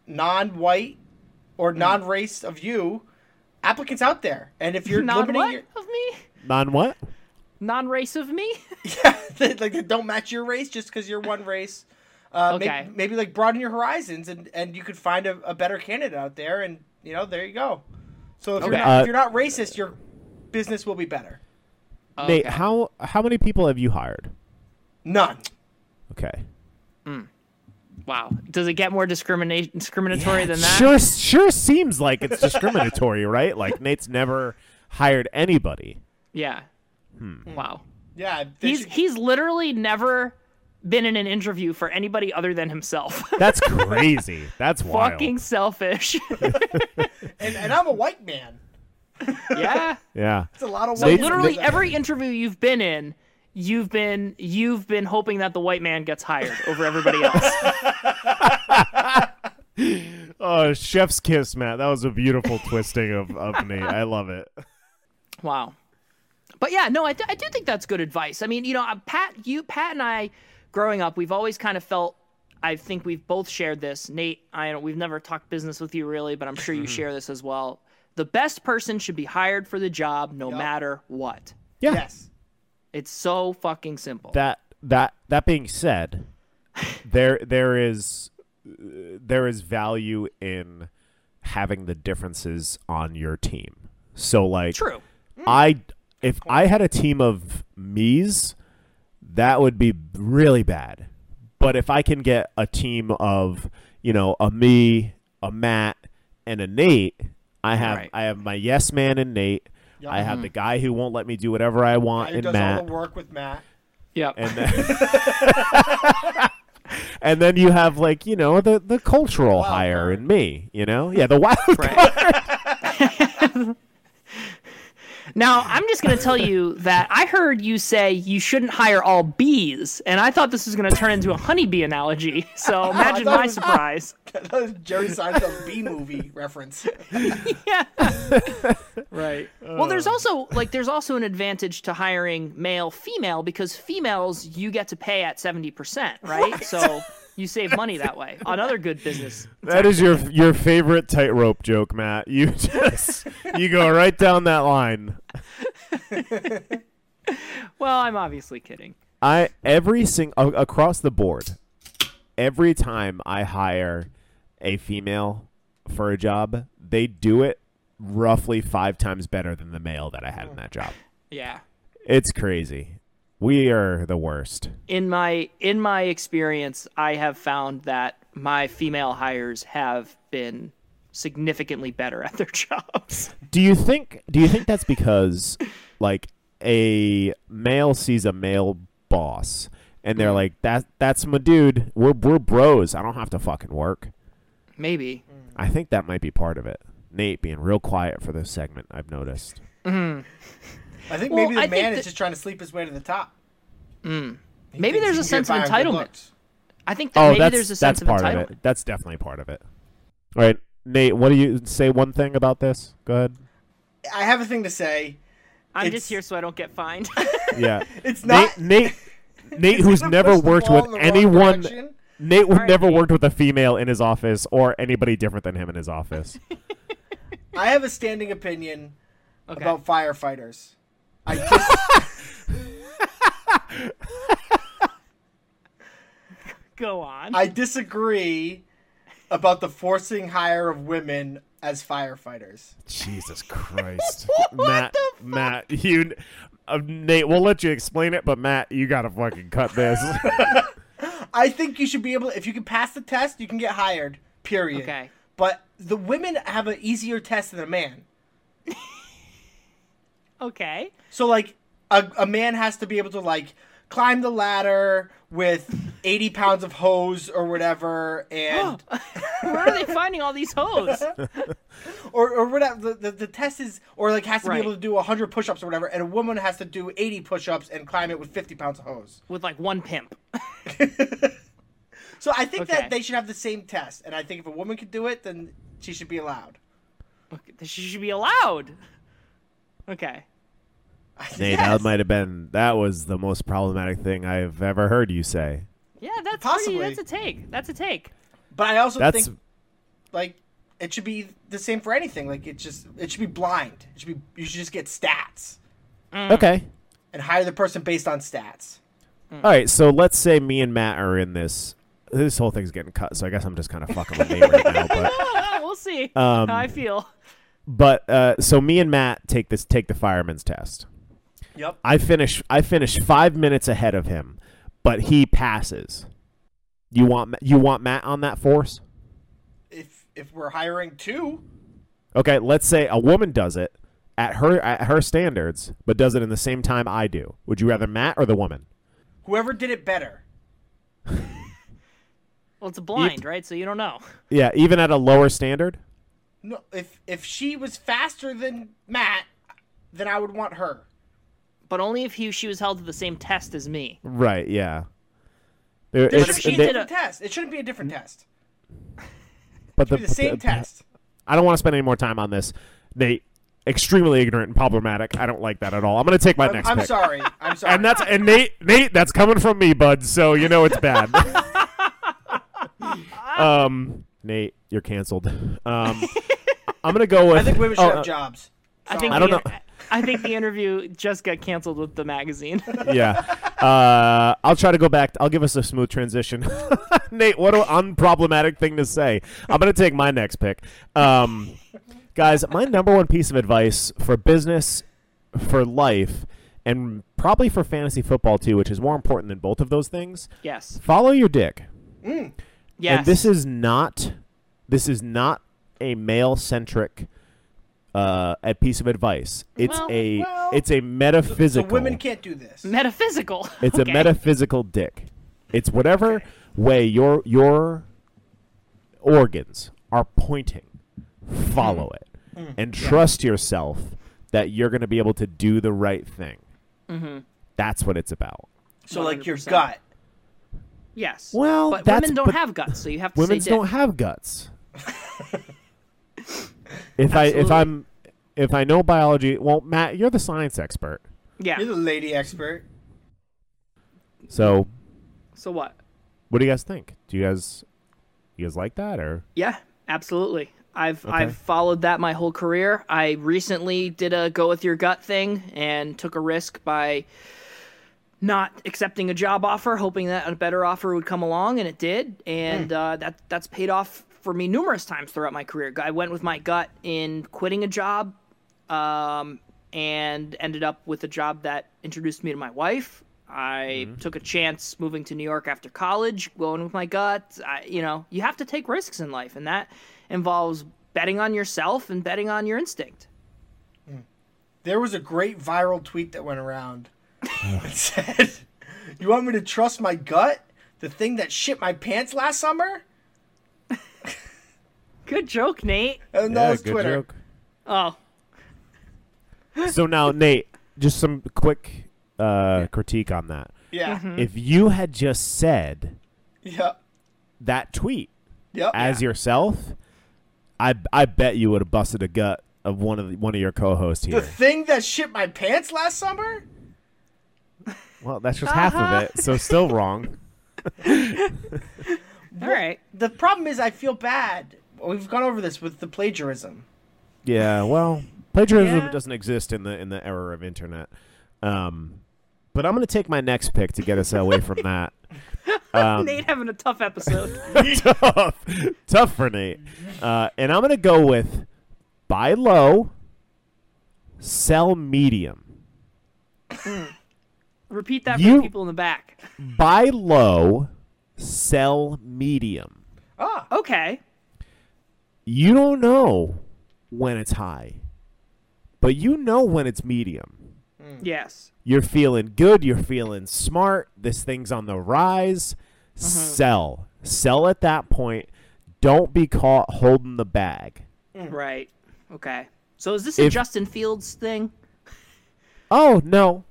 [SPEAKER 3] non-white or
[SPEAKER 2] Mm.
[SPEAKER 3] non-race of you applicants out there. And if you're
[SPEAKER 2] non
[SPEAKER 3] limiting
[SPEAKER 2] what
[SPEAKER 3] your
[SPEAKER 2] of me?
[SPEAKER 1] Non what?
[SPEAKER 2] Non race of me?
[SPEAKER 3] yeah, they- like they don't match your race just because you're one race. Uh, may-
[SPEAKER 2] Okay.
[SPEAKER 3] maybe, like broaden your horizons and, and you could find a, a better candidate out there. And you know, there you go. So if,
[SPEAKER 2] Okay.
[SPEAKER 3] you're, not,
[SPEAKER 1] Uh,
[SPEAKER 3] if you're not racist, your business will be better.
[SPEAKER 1] Nate,
[SPEAKER 2] Okay.
[SPEAKER 1] how how many people have you hired?
[SPEAKER 3] None.
[SPEAKER 1] Okay.
[SPEAKER 2] Wow. Does it get more discrimination discriminatory than that?
[SPEAKER 1] Sure sure seems like it's discriminatory, right? Like Nate's never hired anybody.
[SPEAKER 2] Yeah. Wow.
[SPEAKER 3] Yeah, they
[SPEAKER 2] He's
[SPEAKER 3] should-
[SPEAKER 2] he's literally never been in an interview for anybody other than himself.
[SPEAKER 1] That's crazy. That's wild.
[SPEAKER 2] Fucking selfish.
[SPEAKER 3] and, and I'm a white man.
[SPEAKER 2] yeah.
[SPEAKER 1] yeah.
[SPEAKER 3] It's a lot of
[SPEAKER 1] So
[SPEAKER 3] white.
[SPEAKER 1] It's-
[SPEAKER 2] literally
[SPEAKER 1] they-
[SPEAKER 2] every interview you've been in you've been you've been hoping that the white man gets hired over everybody else
[SPEAKER 1] Oh, chef's kiss, Matt. That was a beautiful twisting of, of Nate. I love it.
[SPEAKER 2] wow but yeah no I, th- I do think that's good advice i mean you know uh, pat you pat and i growing up we've always kind of felt i think we've both shared this nate i don't we've never talked business with you really but i'm sure
[SPEAKER 1] Mm-hmm.
[SPEAKER 2] you share this as well the best person should be hired for the job no matter what
[SPEAKER 1] Yeah.
[SPEAKER 3] Yes.
[SPEAKER 2] it's so fucking simple
[SPEAKER 1] That that that being said, there there is uh, there is value in having the differences on your team. So like
[SPEAKER 2] true
[SPEAKER 3] Mm.
[SPEAKER 1] I if I had a team of me's, that would be really bad. But if I can get a team of, you know, a me, a Matt, and a Nate, I have
[SPEAKER 2] Right.
[SPEAKER 1] I have my yes man in Nate. I have the guy who won't let me do whatever I want
[SPEAKER 3] Who
[SPEAKER 1] in
[SPEAKER 3] does
[SPEAKER 1] Matt.
[SPEAKER 3] all the work with Matt?
[SPEAKER 2] yeah
[SPEAKER 1] and then And then you have like, you know, the the cultural hire
[SPEAKER 3] card.
[SPEAKER 1] in me, you know? Yeah, the wild
[SPEAKER 2] Right. Now, I'm just going to tell you that I heard you say you shouldn't hire all bees, and I thought this was going to turn into a honeybee analogy. So imagine
[SPEAKER 3] thought it
[SPEAKER 2] my
[SPEAKER 3] was-
[SPEAKER 2] surprise.
[SPEAKER 3] That was Jerry Seinfeld B movie reference.
[SPEAKER 2] Right. Well, there's also like there's also an advantage to hiring male female because females you get to pay at 70%, right? So you save money that way. Another good business.
[SPEAKER 1] That is your your favorite tightrope joke, Matt. You just you go right down that line.
[SPEAKER 2] Well, I'm obviously kidding.
[SPEAKER 1] I every sing a- across the board, every time I hire a female for a job, they do it roughly five times better than the male that I had in that job.
[SPEAKER 2] Yeah.
[SPEAKER 1] It's crazy. We are the worst.
[SPEAKER 2] in my in my experience, I have found that my female hires have been significantly better at their jobs.
[SPEAKER 1] Do you think do you think that's because like a male sees a male boss and they're like that that's my dude. We're we're bros. I don't have to fucking work.
[SPEAKER 2] Maybe.
[SPEAKER 1] I think that might be part of it. Nate being real quiet for this segment, I've noticed.
[SPEAKER 3] I think
[SPEAKER 2] Well,
[SPEAKER 3] maybe the
[SPEAKER 2] I think
[SPEAKER 3] man
[SPEAKER 2] that- Hmm.
[SPEAKER 3] is just trying to sleep his way to the top. He
[SPEAKER 2] Maybe
[SPEAKER 3] thinks
[SPEAKER 2] there's a
[SPEAKER 3] he can get
[SPEAKER 2] sense of
[SPEAKER 3] by on good
[SPEAKER 2] entitlement.
[SPEAKER 3] looks.
[SPEAKER 2] I think that
[SPEAKER 1] Oh,
[SPEAKER 2] maybe
[SPEAKER 1] that's
[SPEAKER 2] there's a sense
[SPEAKER 1] that's
[SPEAKER 2] of
[SPEAKER 1] part
[SPEAKER 2] entitlement.
[SPEAKER 1] of it. That's definitely part of it. All right, Nate, what do you say one thing about this? Go ahead.
[SPEAKER 3] I have a thing to say.
[SPEAKER 2] I'm
[SPEAKER 3] It's-
[SPEAKER 2] just here so I don't get fined.
[SPEAKER 1] Yeah.
[SPEAKER 3] It's
[SPEAKER 1] Nate
[SPEAKER 3] not
[SPEAKER 1] Nate Nate who's
[SPEAKER 3] Never
[SPEAKER 1] never
[SPEAKER 3] push the
[SPEAKER 1] worked
[SPEAKER 3] ball
[SPEAKER 1] with
[SPEAKER 3] in the wrong
[SPEAKER 1] anyone
[SPEAKER 3] direction.
[SPEAKER 1] Nate who
[SPEAKER 2] right,
[SPEAKER 1] never
[SPEAKER 2] Nate.
[SPEAKER 1] worked with a female in his office or anybody different than him in his office.
[SPEAKER 3] I have a standing opinion
[SPEAKER 2] Okay.
[SPEAKER 3] about firefighters. I just,
[SPEAKER 2] Go on.
[SPEAKER 3] I disagree about the forcing hire of women as firefighters.
[SPEAKER 1] Jesus Christ. Matt Matt you uh, Nate, we'll let you explain it, but Matt, you gotta fucking cut this.
[SPEAKER 3] I think you should be able. If you can pass the test, you can get hired. Period.
[SPEAKER 2] Okay.
[SPEAKER 3] But the women have an easier test than a man.
[SPEAKER 2] okay.
[SPEAKER 3] So like a, a man has to be able to like climb the ladder with 80 pounds of hose or whatever and
[SPEAKER 2] Where are they finding all these hoes?
[SPEAKER 3] or, or whatever the, the, the test is or like has to
[SPEAKER 2] Right.
[SPEAKER 3] be able to do 100 push-ups or whatever and a woman has to do 80 push-ups and climb it with 50 pounds of hose
[SPEAKER 2] With like one pimp.
[SPEAKER 3] so i think
[SPEAKER 2] Okay.
[SPEAKER 3] that they should have the same test and i think if a woman can do it then she should be allowed
[SPEAKER 2] Okay, She should be allowed. Okay.
[SPEAKER 1] Nate,
[SPEAKER 3] Yes.
[SPEAKER 1] that might have been that was the most problematic thing I've ever heard you say.
[SPEAKER 2] Yeah, that's
[SPEAKER 3] Possibly.
[SPEAKER 2] pretty, that's a take. That's a take.
[SPEAKER 3] but i also
[SPEAKER 1] That's
[SPEAKER 3] think like it should be the same for anything like it just it should be blind it should be you should just get stats
[SPEAKER 1] okay.
[SPEAKER 3] and hire the person based on stats Mm.
[SPEAKER 1] All right, so let's say me and Matt are in this. This whole thing's getting cut, so I guess I'm just kind of fucking with Nate right now. But
[SPEAKER 2] Oh, we'll see
[SPEAKER 1] Um,
[SPEAKER 2] how I feel.
[SPEAKER 1] but uh, so me and Matt take this take the fireman's test.
[SPEAKER 3] yep
[SPEAKER 1] I finish I finish five minutes ahead of him, but he passes. You want Ma- you want Matt on that force?
[SPEAKER 3] if if we're hiring two
[SPEAKER 1] Okay, let's say a woman does it at her at her standards, but does it in the same time I do. Would you rather Matt or the woman?
[SPEAKER 3] whoever did it better
[SPEAKER 2] Well, it's a blind, right? So you don't know.
[SPEAKER 1] Yeah, even at a lower standard.
[SPEAKER 3] No, if if she was faster than Matt, then I would want her.
[SPEAKER 2] But only if he she was held to the same test as me.
[SPEAKER 1] Right. Yeah. There-
[SPEAKER 3] It
[SPEAKER 1] it's-
[SPEAKER 3] should be a
[SPEAKER 1] they-
[SPEAKER 3] different test. It shouldn't be a different test.
[SPEAKER 1] but
[SPEAKER 3] It should be the same test.
[SPEAKER 1] I don't want to spend any more time on this. They extremely ignorant and problematic. I don't like that at all. I'm going to take my
[SPEAKER 3] I'm,
[SPEAKER 1] next
[SPEAKER 3] I'm
[SPEAKER 1] pick.
[SPEAKER 3] sorry. I'm sorry.
[SPEAKER 1] And that's and Nate Nate that's coming from me, bud. So you know it's bad. um, Nate, you're canceled. Um, I'm going to go with
[SPEAKER 3] I think women should
[SPEAKER 1] oh,
[SPEAKER 3] have jobs.
[SPEAKER 2] I think
[SPEAKER 1] I don't
[SPEAKER 2] the,
[SPEAKER 1] know.
[SPEAKER 2] I think the interview just got canceled with the magazine.
[SPEAKER 1] uh, yeah. Uh, I'll try to go back. I'll give us a smooth transition. Nate, what an unproblematic thing to say. I'm going to take my next pick. Um, guys, my number one piece of advice for business, for life, and probably for fantasy football too, which is more important than both of those things,
[SPEAKER 2] yes.
[SPEAKER 1] follow your dick.
[SPEAKER 2] Yes.
[SPEAKER 1] And this is not this is not a male centric uh, a piece of advice. It's
[SPEAKER 2] Well,
[SPEAKER 1] a
[SPEAKER 3] well,
[SPEAKER 1] it's a
[SPEAKER 3] So
[SPEAKER 1] metaphysical.
[SPEAKER 3] women can't do this.
[SPEAKER 2] metaphysical.
[SPEAKER 1] It's
[SPEAKER 2] Okay.
[SPEAKER 1] a metaphysical dick. It's whatever way your your
[SPEAKER 2] Hmm.
[SPEAKER 1] organs are pointing, follow it, and trust yourself that you're going to be able to do the right thing.
[SPEAKER 2] hmm
[SPEAKER 1] That's what it's about.
[SPEAKER 3] So like your
[SPEAKER 2] 100%.
[SPEAKER 3] gut.
[SPEAKER 2] Yes.
[SPEAKER 1] Well,
[SPEAKER 2] but
[SPEAKER 1] that's-
[SPEAKER 2] women don't
[SPEAKER 1] but
[SPEAKER 2] have guts, so you have to
[SPEAKER 1] Women
[SPEAKER 2] say
[SPEAKER 1] don't
[SPEAKER 2] dick.
[SPEAKER 1] have guts. if I if
[SPEAKER 2] Absolutely.
[SPEAKER 1] I'm if I know biology, well, Matt, you're the science expert,
[SPEAKER 2] yeah.
[SPEAKER 3] You're the lady expert.
[SPEAKER 1] so
[SPEAKER 2] So what?
[SPEAKER 1] what do you guys think? Do you guys you guys like that or
[SPEAKER 2] Yeah, absolutely. I've I've followed that my whole career. I recently did a go with your gut thing and took a risk by not accepting a job offer, hoping that a better offer would come along, and it did. And
[SPEAKER 1] Hmm.
[SPEAKER 2] uh, that that's paid off for me numerous times throughout my career. I went with my gut in quitting a job, um, and ended up with a job that introduced me to my wife. I
[SPEAKER 1] Mm-hmm.
[SPEAKER 2] took a chance moving to New York after college, going with my gut. I, you know, you have to take risks in life, and that involves betting on yourself and betting on your instinct.
[SPEAKER 3] There was a great viral tweet that went around. it said, "You want me to trust my gut? The thing that shit my pants last summer?"
[SPEAKER 2] Good joke, Nate.
[SPEAKER 3] And that was Twitter.
[SPEAKER 2] Oh,
[SPEAKER 1] so now, Nate, just some quick uh, critique on that.
[SPEAKER 3] Yeah.
[SPEAKER 1] If you had just said
[SPEAKER 3] Yeah.
[SPEAKER 1] that tweet
[SPEAKER 3] Yep.
[SPEAKER 1] as yourself, I I bet you would have busted a gut of one of the, one of your co-hosts
[SPEAKER 3] the
[SPEAKER 1] here.
[SPEAKER 3] thing that shit my pants last summer?
[SPEAKER 1] well, that's just half of it, so still wrong.
[SPEAKER 2] all right.
[SPEAKER 3] The problem is I feel bad. We've gone over this with the plagiarism.
[SPEAKER 1] Yeah, well, plagiarism
[SPEAKER 2] Yeah.
[SPEAKER 1] doesn't exist in the in the era of internet. Um, but I'm gonna take my next pick to get us away from that. Um,
[SPEAKER 2] Nate having a tough episode.
[SPEAKER 1] tough, tough for Nate. Uh, and I'm gonna go with buy low, sell medium.
[SPEAKER 2] Repeat that for
[SPEAKER 1] You-
[SPEAKER 2] the people in the back.
[SPEAKER 1] Buy low, sell medium.
[SPEAKER 3] Ah,
[SPEAKER 2] Okay.
[SPEAKER 1] You don't know when it's high, but you know when it's medium.
[SPEAKER 2] Yes.
[SPEAKER 1] You're feeling good. You're feeling smart. This thing's on the rise. Sell, sell at that point. Don't be caught holding the bag.
[SPEAKER 2] Right. Okay. So is this a
[SPEAKER 1] Mm. If-
[SPEAKER 2] Justin Fields thing?
[SPEAKER 1] Oh no,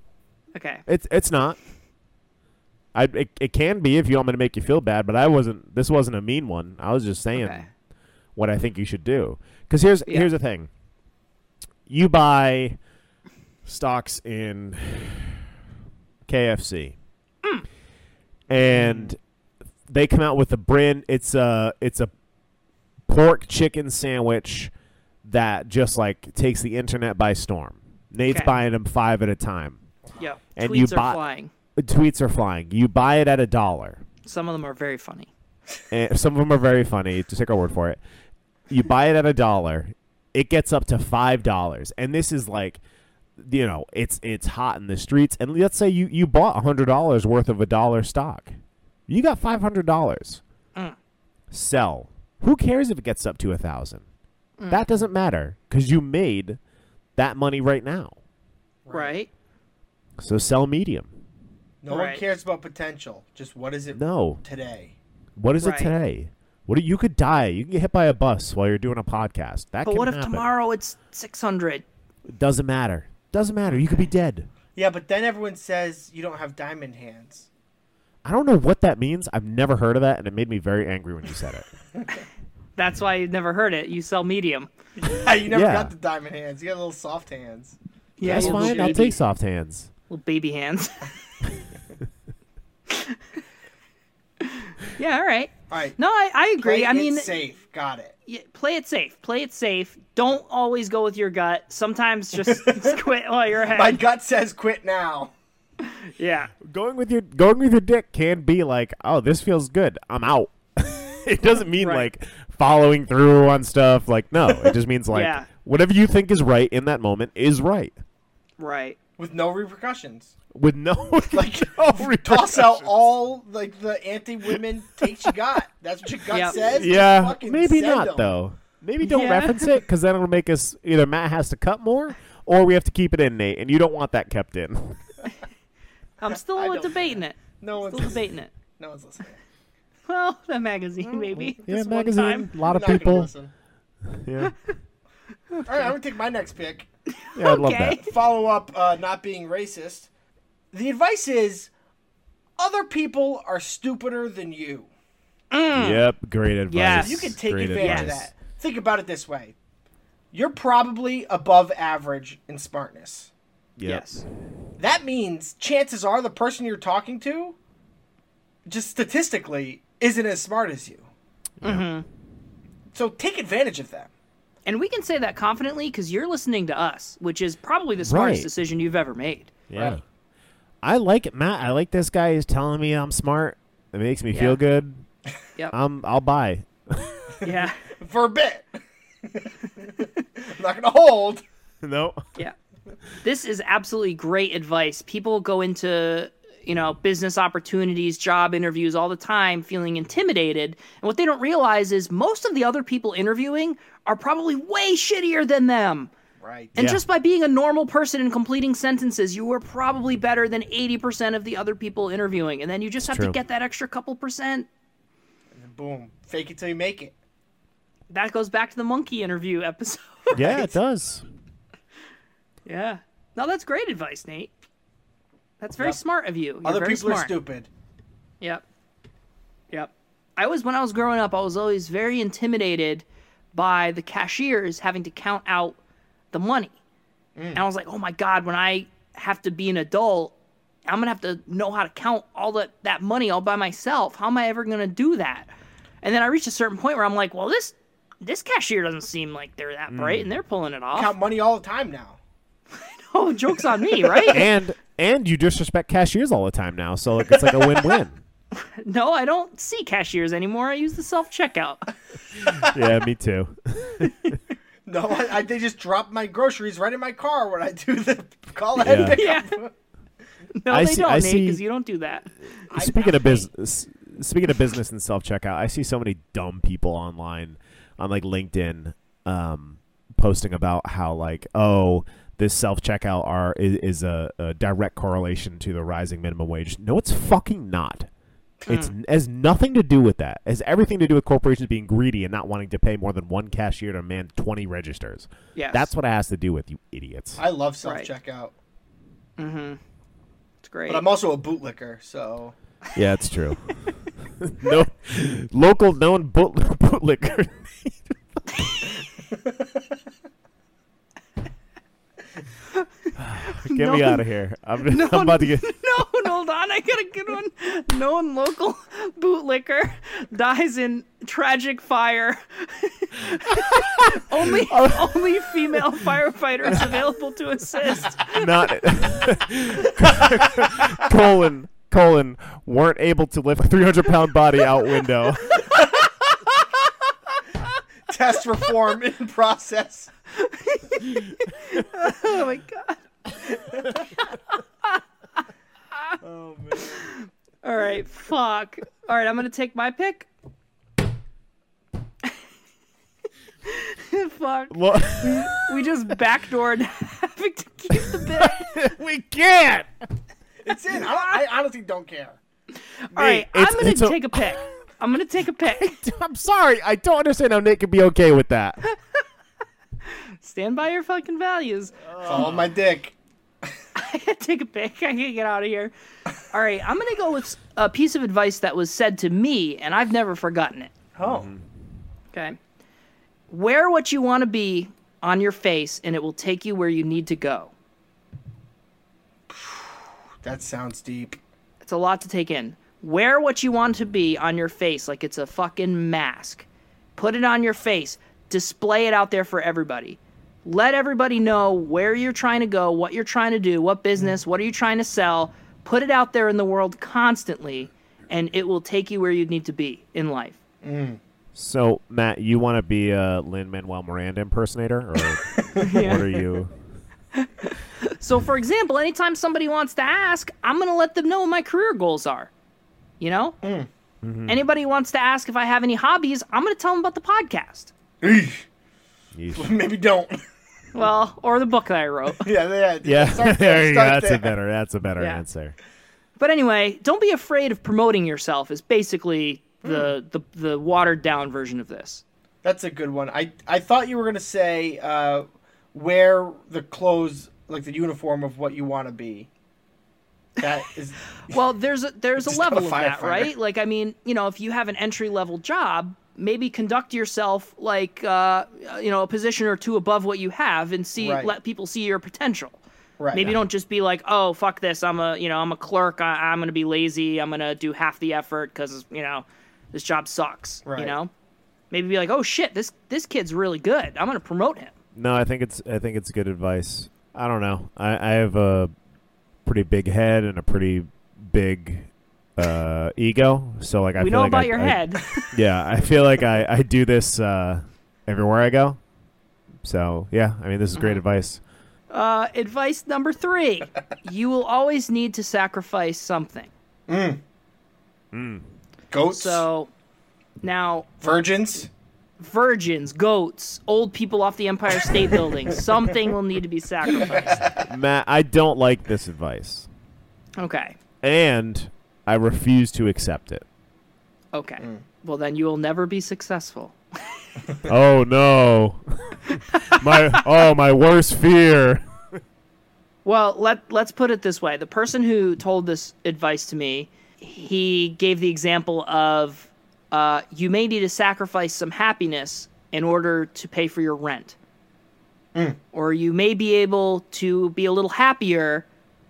[SPEAKER 2] Okay.
[SPEAKER 1] It's it's not. I it, it can be if you want me to make you feel bad, but I wasn't. This wasn't a mean one. I was just saying
[SPEAKER 2] Okay.
[SPEAKER 1] what I think you should do. Because here's
[SPEAKER 2] Yeah.
[SPEAKER 1] here's the thing. You buy stocks in KFC, and they come out with a brand. It's a it's a pork chicken sandwich that just like takes the internet by storm. Nate's
[SPEAKER 2] Okay.
[SPEAKER 1] buying them five at a time
[SPEAKER 2] Yep.
[SPEAKER 1] And
[SPEAKER 2] Tweets
[SPEAKER 1] you
[SPEAKER 2] are
[SPEAKER 1] bought-
[SPEAKER 2] flying.
[SPEAKER 1] tweets are flying. You buy it at a dollar.
[SPEAKER 2] Some of them are very funny.
[SPEAKER 1] And some of them are very funny. Just take our word for it. You buy it at a dollar. It gets up to five dollars, and this is like, you know, it's it's hot in the streets. And let's say you you bought hundred dollars worth of a dollar stock, you got five hundred dollars.
[SPEAKER 2] Mm.
[SPEAKER 1] Sell. Who cares if it gets up to a thousand? That doesn't matter because you made that money right now.
[SPEAKER 2] Right.
[SPEAKER 1] So sell medium.
[SPEAKER 3] No one
[SPEAKER 2] Right.
[SPEAKER 3] cares about potential. Just what is it
[SPEAKER 1] No,
[SPEAKER 3] today?
[SPEAKER 1] What is
[SPEAKER 2] Right.
[SPEAKER 1] it today? What do you could die? You can get hit by a bus while you're doing a podcast. That
[SPEAKER 2] But
[SPEAKER 1] can
[SPEAKER 2] what if
[SPEAKER 1] happen.
[SPEAKER 2] tomorrow it's 600?
[SPEAKER 1] Doesn't matter. Doesn't matter. You could be dead.
[SPEAKER 3] Yeah, but then everyone says you don't have diamond hands.
[SPEAKER 1] I don't know what that means. I've never heard of that, and it made me very angry when you said it.
[SPEAKER 2] That's why you've never heard it. You sell medium.
[SPEAKER 3] you never
[SPEAKER 1] Yeah.
[SPEAKER 3] got the diamond hands. You got little soft hands.
[SPEAKER 2] Yeah,
[SPEAKER 1] That's
[SPEAKER 2] you
[SPEAKER 3] well,
[SPEAKER 1] fine.
[SPEAKER 2] Little
[SPEAKER 1] I'll
[SPEAKER 2] baby,
[SPEAKER 1] take soft hands.
[SPEAKER 2] little baby hands. yeah, all right.
[SPEAKER 3] All right.
[SPEAKER 2] No, I, I
[SPEAKER 3] play
[SPEAKER 2] agree. I
[SPEAKER 3] it
[SPEAKER 2] mean,
[SPEAKER 3] safe. Got it.
[SPEAKER 2] y- play it safe. Play it safe. Don't always go with your gut. Sometimes just, just quit while you're ahead.
[SPEAKER 3] My gut says quit now.
[SPEAKER 2] yeah.
[SPEAKER 1] Going with your going with your dick can be like, oh, this feels good. I'm out. it doesn't mean
[SPEAKER 2] Right.
[SPEAKER 1] like following through on stuff. Like no, it just means like
[SPEAKER 2] Yeah.
[SPEAKER 1] whatever you think is right in that moment is right
[SPEAKER 2] Right.
[SPEAKER 3] With no repercussions.
[SPEAKER 1] with no
[SPEAKER 3] Like,
[SPEAKER 1] no
[SPEAKER 3] Toss out
[SPEAKER 1] repercussions.
[SPEAKER 3] all like the anti-women takes you got. That's what your gut
[SPEAKER 2] Yep.
[SPEAKER 3] says. Just
[SPEAKER 1] Yeah,
[SPEAKER 3] fucking
[SPEAKER 1] maybe
[SPEAKER 3] send
[SPEAKER 1] not
[SPEAKER 3] 'em.
[SPEAKER 1] though. Maybe don't
[SPEAKER 2] Yeah.
[SPEAKER 1] reference it because then it'll make us either Matt has to cut more or we have to keep it in, Nate, and you don't want that kept in.
[SPEAKER 2] I'm still
[SPEAKER 3] I don't-
[SPEAKER 2] debating it.
[SPEAKER 3] No one's
[SPEAKER 2] Still debating it.
[SPEAKER 3] No one's listening.
[SPEAKER 2] Well, that magazine maybe.
[SPEAKER 1] yeah,
[SPEAKER 2] Just one
[SPEAKER 1] magazine,
[SPEAKER 2] time.
[SPEAKER 1] a lot
[SPEAKER 3] They're
[SPEAKER 1] of
[SPEAKER 3] not gonna
[SPEAKER 1] people.
[SPEAKER 3] listen.
[SPEAKER 1] Yeah.
[SPEAKER 3] All right, I'm gonna take my next pick.
[SPEAKER 1] Yeah, I'd love
[SPEAKER 2] Okay.
[SPEAKER 1] that.
[SPEAKER 3] follow up uh, not being racist. The advice is other people are stupider than you.
[SPEAKER 1] Yep, great advice.
[SPEAKER 2] Yes.
[SPEAKER 3] You can take
[SPEAKER 1] great
[SPEAKER 3] advantage of
[SPEAKER 1] advice.
[SPEAKER 3] that. Think about it this way you're probably above average in smartness.
[SPEAKER 1] Yep.
[SPEAKER 2] Yes.
[SPEAKER 3] That means chances are the person you're talking to, just statistically, isn't as smart as you. So take advantage of them.
[SPEAKER 2] And we can say that confidently because you're listening to us, which is probably the smartest
[SPEAKER 1] Right.
[SPEAKER 2] decision you've ever made.
[SPEAKER 1] Yeah.
[SPEAKER 3] Right.
[SPEAKER 1] I like it, Matt. I like this guy. He's telling me I'm smart. It makes me
[SPEAKER 2] Yeah.
[SPEAKER 1] feel good.
[SPEAKER 2] Yep.
[SPEAKER 1] I'm. I'll buy.
[SPEAKER 2] Yeah.
[SPEAKER 3] For a bit. I'm not going to hold.
[SPEAKER 1] no.
[SPEAKER 2] Yeah. This is absolutely great advice. People go into, you know, business opportunities, job interviews all the time feeling intimidated. And what they don't realize is most of the other people interviewing are probably way shittier than them.
[SPEAKER 3] Right.
[SPEAKER 2] And
[SPEAKER 1] Yeah.
[SPEAKER 2] just by being a normal person and completing sentences, you were probably better than 80% of the other people interviewing. And then you just have to
[SPEAKER 1] true.
[SPEAKER 2] get that extra couple percent.
[SPEAKER 3] Boom. Fake it till you make it.
[SPEAKER 2] That goes back to the monkey interview episode.
[SPEAKER 1] Yeah, it does.
[SPEAKER 2] yeah. No, that's great advice, Nate. That's very
[SPEAKER 3] Yep.
[SPEAKER 2] smart of you. You're
[SPEAKER 3] Other
[SPEAKER 2] very
[SPEAKER 3] people
[SPEAKER 2] smart.
[SPEAKER 3] are stupid.
[SPEAKER 2] Yep. Yep. I was when I was growing up, I was always very intimidated by the cashiers having to count out the money.
[SPEAKER 1] Mm.
[SPEAKER 2] And I was like, "Oh my god, when I have to be an adult, I'm going to have to know how to count all that that money all by myself. How am I ever going to do that?" And then I reached a certain point where I'm like, "Well, this this cashier doesn't seem like they're that
[SPEAKER 1] Mm.
[SPEAKER 2] bright and they're pulling it off."
[SPEAKER 3] Count money all the time now.
[SPEAKER 2] Oh, joke's on me, right?
[SPEAKER 1] And and you disrespect cashiers all the time now, so like, it's like a win-win.
[SPEAKER 2] no, I don't see cashiers anymore. I use the self-checkout.
[SPEAKER 1] yeah, me too.
[SPEAKER 3] No, I, I, they just drop my groceries right in my car when I do the call ahead
[SPEAKER 1] Yeah.
[SPEAKER 3] pickup.
[SPEAKER 2] No,
[SPEAKER 1] I
[SPEAKER 2] they
[SPEAKER 1] see-
[SPEAKER 2] don't,
[SPEAKER 1] I
[SPEAKER 2] Nate, because
[SPEAKER 1] see-
[SPEAKER 2] you don't do that.
[SPEAKER 1] Speaking of business, speaking of business and self checkout, I see so many dumb people online on like LinkedIn um, posting about how like oh this self checkout are is, is a, a direct correlation to the rising minimum wage. No, it's fucking not. It's has nothing to do with that. It has everything to do with corporations being greedy and not wanting to pay more than one cashier to man twenty registers.
[SPEAKER 2] Yes.
[SPEAKER 1] That's what it has to do with you idiots.
[SPEAKER 3] I love self
[SPEAKER 2] Right.
[SPEAKER 3] checkout,
[SPEAKER 2] It's great.
[SPEAKER 3] but I'm also a bootlicker, so
[SPEAKER 1] Yeah, it's true. no, local known boot, bootlicker. Get me
[SPEAKER 2] No.
[SPEAKER 1] out of here. I'm, I'm about to get.
[SPEAKER 2] no, hold on. I got a good one. Known local bootlicker dies in tragic fire. only, only female firefighters available to assist.
[SPEAKER 1] Not colon colon weren't able to lift a 300 pound body out window.
[SPEAKER 3] test reform in process.
[SPEAKER 2] Oh my god.
[SPEAKER 3] Oh, man.
[SPEAKER 2] All right, fuck. All right, I'm gonna take my pick. fuck.
[SPEAKER 1] Lo-
[SPEAKER 2] We just backdoored having to keep the bit.
[SPEAKER 1] we can't.
[SPEAKER 3] It's in. I, I honestly don't care.
[SPEAKER 2] All right, I'm
[SPEAKER 1] it's-
[SPEAKER 2] gonna
[SPEAKER 1] it's a-
[SPEAKER 2] take a pick. I'm gonna take a pick.
[SPEAKER 1] I'm sorry. I don't understand how Nate could be okay with that.
[SPEAKER 2] Stand by your fucking values.
[SPEAKER 3] It's all on Oh, my dick.
[SPEAKER 2] I gotta take a pick. I gotta get out of here. All right, I'm gonna go with a piece of advice that was said to me, and I've never forgotten it.
[SPEAKER 3] Oh,
[SPEAKER 2] Okay. Wear what you want to be on your face, and it will take you where you need to go.
[SPEAKER 3] that sounds deep.
[SPEAKER 2] It's a lot to take in. Wear what you want to be on your face like it's a fucking mask. Put it on your face. Display it out there for everybody. Let everybody know where you're trying to go, what you're trying to do, what business, what are you trying to sell. Put it out there in the world constantly, and it will take you where you need to be in life.
[SPEAKER 1] So Matt, you want to be a Lin Manuel Miranda impersonator, or what are you?
[SPEAKER 2] So, for example, anytime somebody wants to ask, I'm going to let them know what my career goals are. You know? Anybody who wants to ask if I have any hobbies, I'm going to tell them about the podcast.
[SPEAKER 3] Eesh.
[SPEAKER 1] Yeesh.
[SPEAKER 3] Maybe don't.
[SPEAKER 2] Well, or the book that I wrote.
[SPEAKER 3] yeah, yeah,
[SPEAKER 1] Yeah,
[SPEAKER 3] Start
[SPEAKER 1] there you go.
[SPEAKER 3] start
[SPEAKER 1] That's a
[SPEAKER 3] there.
[SPEAKER 1] better. That's a better
[SPEAKER 2] Yeah.
[SPEAKER 1] answer.
[SPEAKER 2] But anyway, don't be afraid of promoting yourself is basically
[SPEAKER 3] Hmm.
[SPEAKER 2] the the, the watered down version of this.
[SPEAKER 3] That's a good one. I I thought you were gonna say uh, wear the clothes like the uniform of what you want to be. That is
[SPEAKER 2] Well, there's a, there's a
[SPEAKER 3] Just not a
[SPEAKER 2] level of that,
[SPEAKER 3] firefighter.
[SPEAKER 2] right? Like, I mean, you know, if you have an entry level job, maybe conduct yourself like uh, you know a position or two above what you have, and see
[SPEAKER 3] Right.
[SPEAKER 2] let people see your potential.
[SPEAKER 3] right.
[SPEAKER 2] Maybe don't just be like, oh fuck this, I'm a you know I'm a clerk, I, I'm gonna be lazy, I'm gonna do half the effort because you know this job sucks. You
[SPEAKER 3] Right.
[SPEAKER 2] know, maybe be like, oh shit, this this kid's really good, I'm gonna promote him.
[SPEAKER 1] No, I think it's I think it's good advice. I don't know. I, I have a pretty big head and a pretty big uh, ego, so like I
[SPEAKER 2] we
[SPEAKER 1] feel
[SPEAKER 2] know
[SPEAKER 1] like
[SPEAKER 2] about
[SPEAKER 1] I-
[SPEAKER 2] your
[SPEAKER 1] I-
[SPEAKER 2] head.
[SPEAKER 1] Yeah, I feel like I I do this uh, everywhere I go. So yeah, I mean this is great
[SPEAKER 2] Uh-huh.
[SPEAKER 1] advice.
[SPEAKER 2] Uh, advice number three: you will always need to sacrifice something.
[SPEAKER 3] goats,
[SPEAKER 2] So now
[SPEAKER 3] virgins.
[SPEAKER 2] virgins, goats, old people off the Empire State Building, something will need to be sacrificed.
[SPEAKER 1] Matt, I don't like this advice,
[SPEAKER 2] Okay.
[SPEAKER 1] and I refuse to accept it.
[SPEAKER 2] Okay.
[SPEAKER 3] Mm.
[SPEAKER 2] Well then you will never be successful.
[SPEAKER 1] Oh no. my oh my worst fear.
[SPEAKER 2] Well, let let's put it this way. The person who told this advice to me, he gave the example of uh, you may need to sacrifice some happiness in order to pay for your rent.
[SPEAKER 3] Mm.
[SPEAKER 2] Or you may be able to be a little happier,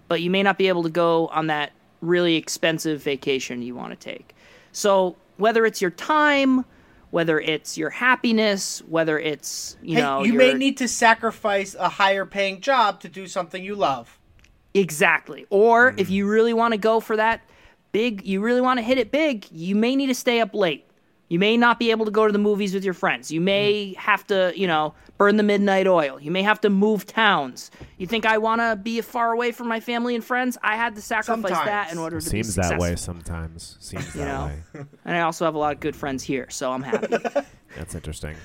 [SPEAKER 2] but you may not be able to go on that really expensive vacation you want to take. So, whether it's your time, whether it's your happiness, whether it's, you
[SPEAKER 3] Hey,
[SPEAKER 2] know,
[SPEAKER 3] you may
[SPEAKER 2] your-
[SPEAKER 3] need to sacrifice a higher paying job to do something you love.
[SPEAKER 2] Exactly. Or
[SPEAKER 1] Mm-hmm.
[SPEAKER 2] if you really want to go for that big, you really want to hit it big, you may need to stay up late. You may not be able to go to the movies with your friends. You may
[SPEAKER 1] Mm.
[SPEAKER 2] have to, you know, burn the midnight oil. You may have to move towns. You think I want to be far away from my family and friends? I had to sacrifice that
[SPEAKER 3] Sometimes.
[SPEAKER 2] in order to be
[SPEAKER 1] Seems that
[SPEAKER 2] successful.
[SPEAKER 1] way sometimes. Seems that
[SPEAKER 2] know.
[SPEAKER 1] way.
[SPEAKER 2] And I also have a lot of good friends here, so I'm happy.
[SPEAKER 1] That's interesting.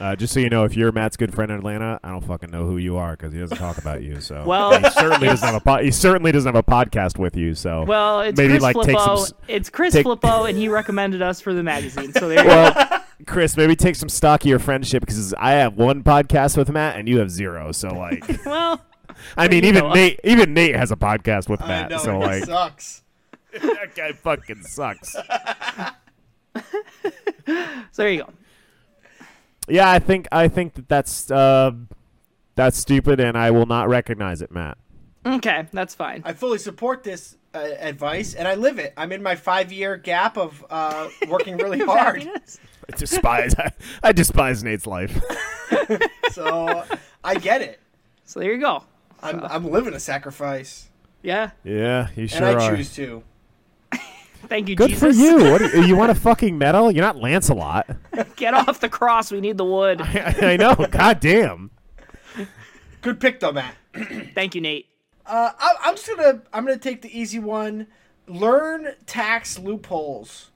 [SPEAKER 1] Uh, just so you know, if you're Matt's good friend in Atlanta, I don't fucking know who you are because he doesn't talk about you. So
[SPEAKER 2] Well,
[SPEAKER 1] he certainly doesn't have a po- he certainly doesn't have a podcast with you. So
[SPEAKER 2] Well, it's
[SPEAKER 1] maybe
[SPEAKER 2] Chris
[SPEAKER 1] like take some.
[SPEAKER 2] Flippo.
[SPEAKER 1] s-
[SPEAKER 2] It's Chris
[SPEAKER 1] take-
[SPEAKER 2] Flippo, and he recommended us for the magazine. So there you go.
[SPEAKER 1] Well, Chris, maybe take some stock of your friendship because I have one podcast with Matt and you have zero. So like,
[SPEAKER 2] Well,
[SPEAKER 1] I mean,
[SPEAKER 2] you
[SPEAKER 1] even
[SPEAKER 2] know, I-
[SPEAKER 1] Nate, even Nate has a podcast with
[SPEAKER 3] I
[SPEAKER 1] Matt.
[SPEAKER 3] know
[SPEAKER 1] so
[SPEAKER 3] it
[SPEAKER 1] like,
[SPEAKER 3] sucks.
[SPEAKER 1] that guy fucking sucks.
[SPEAKER 2] so there you go.
[SPEAKER 1] Yeah, I think I think that that's uh, that's stupid, and I will not recognize it, Matt.
[SPEAKER 2] Okay, that's fine.
[SPEAKER 3] I fully support this uh, advice, and I live it. I'm in my five year gap of uh, working really hard,
[SPEAKER 2] Happiness?
[SPEAKER 1] I despise I, I despise Nate's life.
[SPEAKER 3] so I get it.
[SPEAKER 2] So there you go.
[SPEAKER 3] I'm, I'm living a sacrifice,
[SPEAKER 2] Yeah.
[SPEAKER 1] Yeah, you
[SPEAKER 3] and
[SPEAKER 1] sure
[SPEAKER 3] I
[SPEAKER 1] are.
[SPEAKER 3] choose to.
[SPEAKER 2] Thank you,
[SPEAKER 1] Good
[SPEAKER 2] Jesus.
[SPEAKER 1] for you. What are, you want a fucking medal? You're not Lancelot.
[SPEAKER 2] Get off the cross. We need the wood.
[SPEAKER 1] I know. God damn.
[SPEAKER 3] Good pick though, Matt.
[SPEAKER 2] Thank you, Nate.
[SPEAKER 3] Uh, I, I'm just gonna I'm gonna take the easy one. Learn tax loopholes.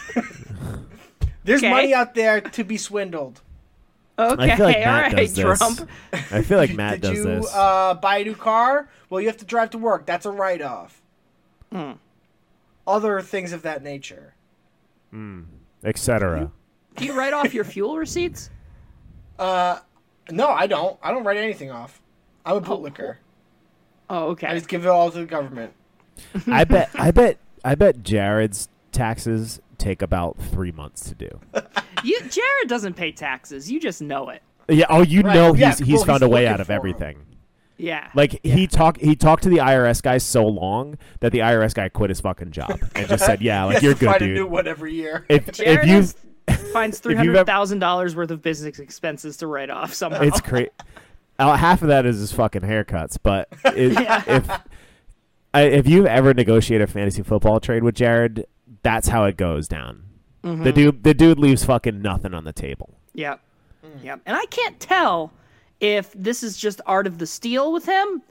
[SPEAKER 3] There's
[SPEAKER 2] Okay.
[SPEAKER 3] money out there to be swindled.
[SPEAKER 2] Okay,
[SPEAKER 1] I feel like
[SPEAKER 2] all
[SPEAKER 1] Matt
[SPEAKER 2] right,
[SPEAKER 1] does this.
[SPEAKER 2] Trump.
[SPEAKER 1] I feel like Matt
[SPEAKER 3] Did
[SPEAKER 1] does
[SPEAKER 3] you
[SPEAKER 1] this.
[SPEAKER 3] Uh, buy a new car? Well, you have to drive to work. That's a write off. Other things of that nature.
[SPEAKER 1] Etc.
[SPEAKER 2] Do you write off your fuel receipts?
[SPEAKER 3] No, I don't. I don't write anything off. I'm a bootlicker.
[SPEAKER 2] Oh,
[SPEAKER 3] I
[SPEAKER 2] okay.
[SPEAKER 3] just give it all to the government.
[SPEAKER 1] I bet. I bet. I bet Jared's taxes take about three months to do.
[SPEAKER 2] You, Jared doesn't pay taxes. You just know it.
[SPEAKER 1] Yeah. Oh, you
[SPEAKER 3] Right,
[SPEAKER 1] know
[SPEAKER 3] yeah,
[SPEAKER 1] he's he's
[SPEAKER 3] well,
[SPEAKER 1] found
[SPEAKER 3] he's
[SPEAKER 1] a way
[SPEAKER 3] looking
[SPEAKER 1] out of
[SPEAKER 3] for 'em.
[SPEAKER 1] everything.
[SPEAKER 2] Yeah.
[SPEAKER 1] Like he talked he talked to the IRS guy so long that the IRS guy quit his fucking job and just said, "Yeah, like
[SPEAKER 3] He
[SPEAKER 1] you're
[SPEAKER 3] has to
[SPEAKER 1] good,
[SPEAKER 3] find a new
[SPEAKER 1] dude."
[SPEAKER 3] one every year.
[SPEAKER 1] If
[SPEAKER 2] Jared
[SPEAKER 1] if you
[SPEAKER 2] has- finds three
[SPEAKER 1] you've ever-
[SPEAKER 2] hundred thousand dollars worth of business expenses to write off somehow.
[SPEAKER 1] It's crazy. half of that is his fucking haircuts, but it, if I, if you've ever negotiated a fantasy football trade with Jared, that's how it goes down.
[SPEAKER 2] Mm-hmm.
[SPEAKER 1] The dude, the dude leaves fucking nothing on the table.
[SPEAKER 2] Yep. Yep. And I can't tell if this is just art of the steal with him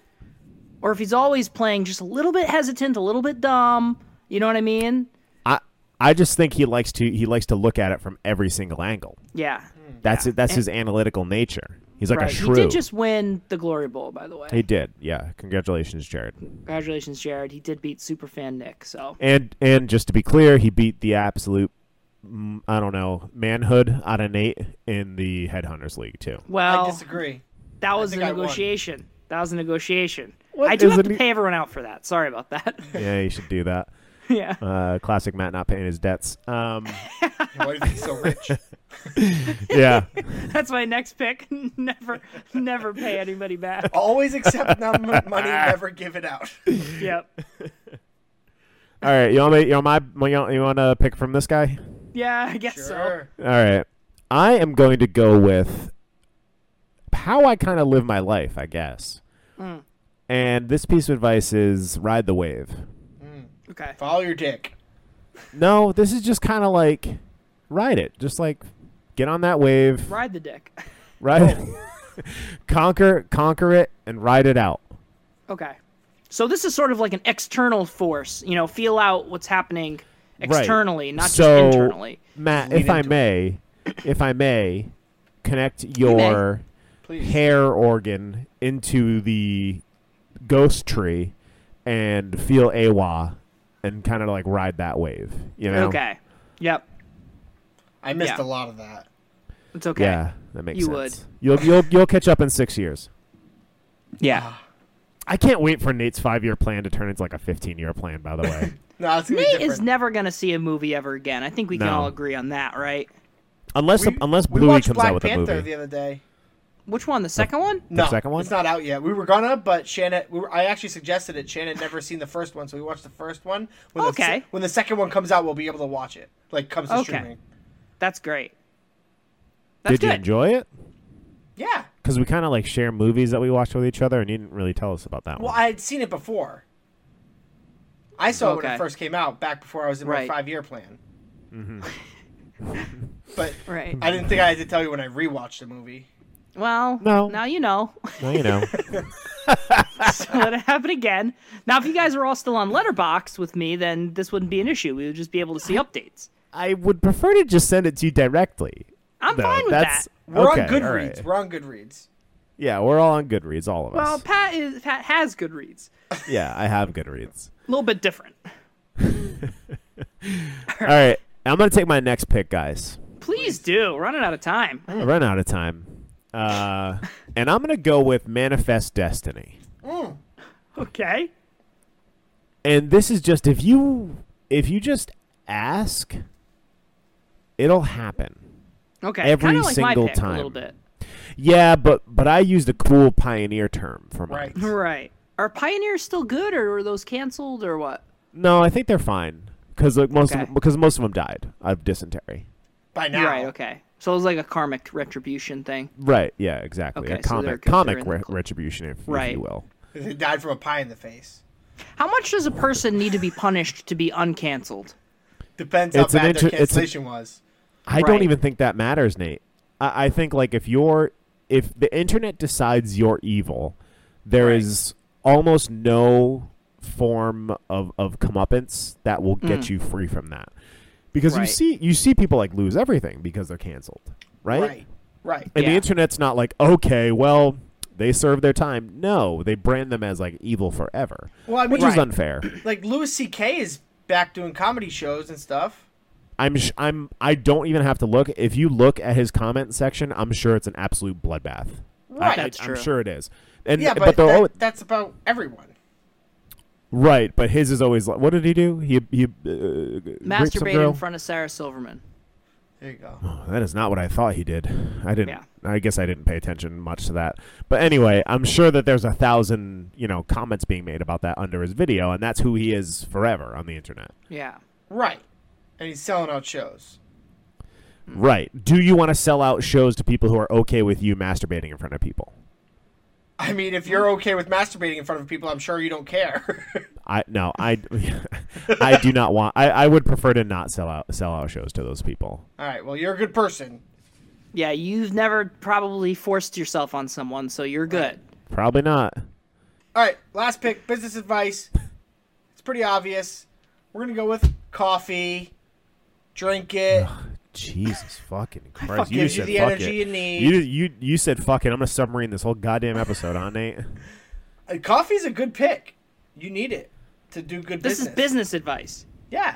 [SPEAKER 2] or if he's always playing just a little bit hesitant, a little bit dumb. You know what I mean?
[SPEAKER 1] I I just think he likes to he likes to look at it from every single angle.
[SPEAKER 2] Yeah.
[SPEAKER 1] That's it. That's his analytical nature. He's like
[SPEAKER 2] Right.
[SPEAKER 1] a
[SPEAKER 2] He
[SPEAKER 1] shrew.
[SPEAKER 2] did just win the Glory Bowl, by the way.
[SPEAKER 1] He did. Yeah. Congratulations, Jared.
[SPEAKER 2] Congratulations, Jared. He did beat Superfan Nick. So
[SPEAKER 1] And and just to be clear, he beat the absolute. mm, I don't know manhood out of Nate in the Headhunters League too.
[SPEAKER 3] I
[SPEAKER 2] well,
[SPEAKER 3] disagree.
[SPEAKER 2] That was a
[SPEAKER 3] think I won.
[SPEAKER 2] negotiation. That was a negotiation.
[SPEAKER 1] What
[SPEAKER 2] I do
[SPEAKER 1] is
[SPEAKER 2] have
[SPEAKER 1] a
[SPEAKER 2] to
[SPEAKER 1] ne-
[SPEAKER 2] pay everyone out for that. Sorry about that.
[SPEAKER 1] yeah, you should do that.
[SPEAKER 2] yeah.
[SPEAKER 1] Uh, classic Matt not paying his debts. Um,
[SPEAKER 3] Why is he so rich?
[SPEAKER 1] yeah,
[SPEAKER 2] That's my next pick. never never pay anybody back.
[SPEAKER 3] Always accept num- money, never give it out.
[SPEAKER 2] Yep.
[SPEAKER 1] All right, you want me? You want my? You want, you want to pick from this guy?
[SPEAKER 2] Yeah, I guess so.
[SPEAKER 3] Sure.
[SPEAKER 1] All right, I am going to go with how I kind of live my life, I guess. And this piece of advice is ride the wave.
[SPEAKER 2] Okay.
[SPEAKER 3] Follow your dick.
[SPEAKER 1] No, this is just kind of like ride it. Just like get on that wave,
[SPEAKER 2] Ride the dick.
[SPEAKER 1] ride,
[SPEAKER 2] Oh.
[SPEAKER 1] conquer, conquer it, and ride it out.
[SPEAKER 2] Okay. So this is sort of like an external force, you know, feel out what's happening
[SPEAKER 1] Right.
[SPEAKER 2] externally, not
[SPEAKER 1] So-
[SPEAKER 2] just internally.
[SPEAKER 1] Matt,
[SPEAKER 3] Lean
[SPEAKER 1] if I
[SPEAKER 3] into it.
[SPEAKER 1] may, if I may, connect your
[SPEAKER 3] Please.
[SPEAKER 1] hair organ into the ghost tree and feel awa and kind of like ride that wave, you know?
[SPEAKER 2] Okay. Yep.
[SPEAKER 3] I missed
[SPEAKER 2] Yeah.
[SPEAKER 3] a lot of that.
[SPEAKER 2] It's okay.
[SPEAKER 1] Yeah, that makes
[SPEAKER 2] You
[SPEAKER 1] sense. You'll you'll you'll catch up in 6 years.
[SPEAKER 2] Yeah.
[SPEAKER 1] I can't wait for Nate's 5-year plan to turn into like a 15-year plan by the way.
[SPEAKER 3] No, it's gonna
[SPEAKER 2] Nate
[SPEAKER 3] be
[SPEAKER 2] is
[SPEAKER 3] different.
[SPEAKER 2] never going to see a movie ever again. I think we can
[SPEAKER 1] No.
[SPEAKER 2] all agree on that, right?
[SPEAKER 1] unless
[SPEAKER 3] we,
[SPEAKER 1] unless
[SPEAKER 3] we
[SPEAKER 1] Bluey
[SPEAKER 3] watched
[SPEAKER 1] comes
[SPEAKER 3] Black
[SPEAKER 1] out with
[SPEAKER 3] Panther
[SPEAKER 1] a movie.
[SPEAKER 3] the other day.
[SPEAKER 2] Which one? The second one?
[SPEAKER 3] No,
[SPEAKER 1] second one?
[SPEAKER 3] it's not out yet. We were gonna, but Shannon, we were, I actually suggested it. Shannon had never seen the first one, so we watched the first one. When The,
[SPEAKER 2] Okay.
[SPEAKER 3] se- when the second one comes out, we'll be able to watch it. Like comes to
[SPEAKER 2] Okay.
[SPEAKER 3] streaming.
[SPEAKER 2] That's great. That's
[SPEAKER 1] Did you
[SPEAKER 2] good.
[SPEAKER 1] enjoy it?
[SPEAKER 3] Yeah.
[SPEAKER 1] Cuz we kind of like share movies that we watched with each other and you didn't really tell us about that
[SPEAKER 3] Well,
[SPEAKER 1] one.
[SPEAKER 3] I had seen it before. I saw it when
[SPEAKER 2] Okay.
[SPEAKER 3] it first came out, back before I was in
[SPEAKER 2] Right.
[SPEAKER 3] my five-year plan.
[SPEAKER 1] Mm-hmm.
[SPEAKER 3] but
[SPEAKER 2] right.
[SPEAKER 3] I didn't think I had to tell you when I rewatched the movie.
[SPEAKER 2] Well,
[SPEAKER 1] No.
[SPEAKER 2] now you know.
[SPEAKER 1] Now you know.
[SPEAKER 2] so let it happen again. Now, if you guys were all still on Letterbox with me, then this wouldn't be an issue. We would just be able to see updates.
[SPEAKER 1] I would prefer to just send it to you directly.
[SPEAKER 2] I'm
[SPEAKER 1] though.
[SPEAKER 2] fine with
[SPEAKER 1] That's,
[SPEAKER 2] that.
[SPEAKER 3] We're
[SPEAKER 1] okay,
[SPEAKER 3] on
[SPEAKER 1] all
[SPEAKER 3] Goodreads.
[SPEAKER 1] right.
[SPEAKER 3] We're on Goodreads.
[SPEAKER 1] Yeah, we're all on Goodreads, all of
[SPEAKER 2] Well,
[SPEAKER 1] us.
[SPEAKER 2] Pat is Pat has Goodreads.
[SPEAKER 1] yeah, I have Goodreads.
[SPEAKER 2] A little bit different.
[SPEAKER 1] all right, I'm gonna take my next pick, guys.
[SPEAKER 2] Please do. We're running out of time.
[SPEAKER 1] I run out of time, uh, and I'm gonna go with Manifest Destiny.
[SPEAKER 2] Okay.
[SPEAKER 1] And this is just if you if you just ask, it'll happen.
[SPEAKER 2] Okay.
[SPEAKER 1] Every
[SPEAKER 2] Kinda like my
[SPEAKER 1] single
[SPEAKER 2] pick A little
[SPEAKER 1] time.
[SPEAKER 2] bit.
[SPEAKER 1] Yeah, but but I used a cool pioneer term for mine.
[SPEAKER 3] Right.
[SPEAKER 2] Right. Are pioneers still good, or were those canceled, or what?
[SPEAKER 1] No, I think they're fine because like most
[SPEAKER 2] Okay.
[SPEAKER 1] of, because most of them died of dysentery.
[SPEAKER 3] By now.
[SPEAKER 2] Right. Okay. So it was like a karmic retribution thing.
[SPEAKER 1] Right. Yeah. Exactly.
[SPEAKER 2] Okay,
[SPEAKER 1] a
[SPEAKER 2] so they're
[SPEAKER 1] comic
[SPEAKER 2] good-
[SPEAKER 1] comic
[SPEAKER 2] they're in the
[SPEAKER 1] re-
[SPEAKER 2] cl-
[SPEAKER 1] retribution, if, if
[SPEAKER 2] Right.
[SPEAKER 1] you will.
[SPEAKER 3] They died from a pie in the face.
[SPEAKER 2] How much does a person need to be punished to be uncanceled?
[SPEAKER 3] Depends
[SPEAKER 1] It's
[SPEAKER 3] how
[SPEAKER 1] an
[SPEAKER 3] bad
[SPEAKER 1] inter-
[SPEAKER 3] their
[SPEAKER 1] it's a-
[SPEAKER 3] cancellation was.
[SPEAKER 1] I don't
[SPEAKER 2] Right.
[SPEAKER 1] even think that matters, Nate. I, I think like if you're if the internet decides you're evil, there
[SPEAKER 2] Right.
[SPEAKER 1] is almost no form of of comeuppance that will get you free from that. Because you
[SPEAKER 2] Mm. Right.
[SPEAKER 1] see you see people like lose everything because they're canceled, right?
[SPEAKER 3] Right. Right.
[SPEAKER 1] And the
[SPEAKER 2] Yeah.
[SPEAKER 1] internet's not like okay, well. They serve their time. No, they brand them as like evil forever,
[SPEAKER 3] Well, I mean,
[SPEAKER 1] which is
[SPEAKER 2] Right.
[SPEAKER 1] unfair.
[SPEAKER 3] like Louis C.K. is back doing comedy shows and stuff.
[SPEAKER 1] I'm sh- I'm I don't even have to look. If you look at his comment section, I'm sure it's an absolute bloodbath.
[SPEAKER 3] Right.
[SPEAKER 1] I,
[SPEAKER 2] That's
[SPEAKER 1] am
[SPEAKER 2] true.
[SPEAKER 1] sure it is. And
[SPEAKER 3] Yeah,
[SPEAKER 1] but,
[SPEAKER 3] but,
[SPEAKER 1] they're
[SPEAKER 3] that-
[SPEAKER 1] always,
[SPEAKER 3] that's about everyone.
[SPEAKER 1] right. But his is always like, what did he do? He he uh, raped some
[SPEAKER 2] Masturbate
[SPEAKER 1] girl?
[SPEAKER 2] in front of Sarah Silverman.
[SPEAKER 3] There you go.
[SPEAKER 1] That is not what I thought he did. I didn't.
[SPEAKER 2] Yeah.
[SPEAKER 1] I guess I didn't pay attention much to that. But anyway, I'm sure that there's a thousand you know comments being made about that under his video, and that's who he is forever on the internet.
[SPEAKER 2] Yeah.
[SPEAKER 3] Right. And he's selling out shows. Hmm.
[SPEAKER 1] Right? Do you want to sell out shows to people who are okay with you masturbating in front of people?
[SPEAKER 3] I mean, if you're okay with masturbating in front of people, I'm sure you don't care.
[SPEAKER 1] I no, I, I do not want. I, I would prefer to not sell out sell out shows to those people.
[SPEAKER 3] All right. Well, you're a good person.
[SPEAKER 2] Yeah, you've never probably forced yourself on someone, so you're good.
[SPEAKER 1] Probably not.
[SPEAKER 3] All right. Last pick business advice. It's pretty obvious. We're going to go with coffee. Drink it.
[SPEAKER 1] Jesus fucking Christ!
[SPEAKER 3] fucking
[SPEAKER 1] you
[SPEAKER 3] gives you
[SPEAKER 1] said
[SPEAKER 3] the
[SPEAKER 1] fuck
[SPEAKER 3] energy
[SPEAKER 1] it.
[SPEAKER 3] you need.
[SPEAKER 1] You you you said fuck it. I'm gonna submarine this whole goddamn episode, huh, Nate?
[SPEAKER 3] Uh, Coffee's a good pick. You need it to do good
[SPEAKER 2] This
[SPEAKER 3] business.
[SPEAKER 2] is business advice.
[SPEAKER 3] Yeah.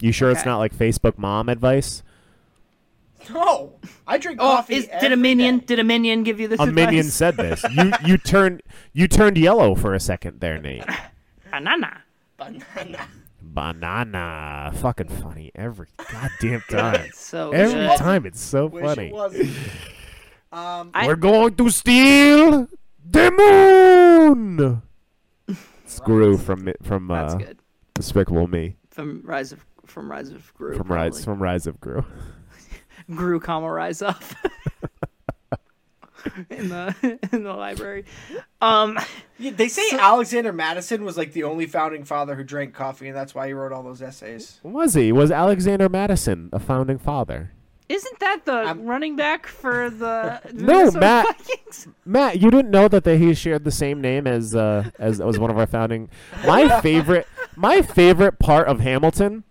[SPEAKER 1] You sure it's
[SPEAKER 2] Okay.
[SPEAKER 1] not like Facebook mom advice?
[SPEAKER 3] No, I drink
[SPEAKER 2] Oh,
[SPEAKER 3] coffee.
[SPEAKER 2] is, did
[SPEAKER 3] every
[SPEAKER 2] a minion?
[SPEAKER 3] day.
[SPEAKER 2] Did a minion give you this
[SPEAKER 1] A
[SPEAKER 2] advice?
[SPEAKER 1] minion said this. You you turned you turned yellow for a second there, Nate.
[SPEAKER 2] Banana.
[SPEAKER 3] Banana.
[SPEAKER 1] Banana, fucking funny every goddamn time.
[SPEAKER 2] So uh,
[SPEAKER 1] Every
[SPEAKER 2] good.
[SPEAKER 1] time it's so
[SPEAKER 3] Wish
[SPEAKER 1] funny.
[SPEAKER 3] it wasn't.
[SPEAKER 2] I-
[SPEAKER 1] We're going to steal the moon. Screw from it- from
[SPEAKER 2] That's
[SPEAKER 1] uh,
[SPEAKER 2] good.
[SPEAKER 1] Despicable Me
[SPEAKER 2] From Rise of from Rise of Gru.
[SPEAKER 1] from Rise
[SPEAKER 2] probably.
[SPEAKER 1] from Rise of Gru.
[SPEAKER 2] Gru comma Rise up. in the in the library. Um
[SPEAKER 3] Yeah, they say Alexander Madison was like the only founding father who drank coffee, and that's why he wrote all those essays.
[SPEAKER 1] Was he? Was Alexander Madison a founding father?
[SPEAKER 2] isn't that the
[SPEAKER 3] I'm-
[SPEAKER 2] running back for the
[SPEAKER 1] No,
[SPEAKER 2] Minnesota
[SPEAKER 1] Matt.
[SPEAKER 2] Vikings?
[SPEAKER 1] Matt, you didn't know that they, he shared the same name as uh, as as one of our founding. My favorite, my favorite part of Hamilton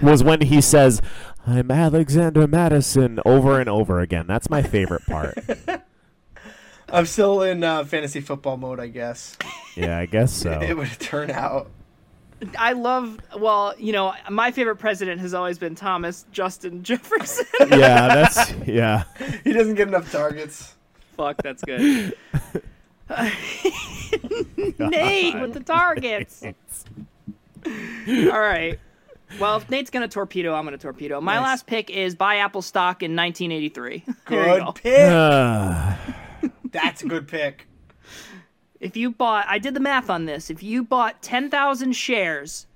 [SPEAKER 1] was when he says, "I'm Alexander Madison" over and over again. That's my favorite part.
[SPEAKER 3] I'm still in uh, fantasy football mode, I guess.
[SPEAKER 1] yeah, I guess so.
[SPEAKER 3] It would turn out.
[SPEAKER 2] I love well, you know, my favorite president has always been Thomas Justin Jefferson.
[SPEAKER 1] yeah, that's yeah.
[SPEAKER 3] He doesn't get enough targets.
[SPEAKER 2] Fuck, that's good. Nate with the targets. All right. Well, if Nate's gonna torpedo, I'm gonna torpedo. My
[SPEAKER 3] Nice.
[SPEAKER 2] last pick is buy Apple stock in 1983. There you
[SPEAKER 3] Good
[SPEAKER 2] go.
[SPEAKER 3] pick.
[SPEAKER 1] Uh,
[SPEAKER 3] That's a good pick.
[SPEAKER 2] If you bought, I did the math on this. If you bought 10,000 shares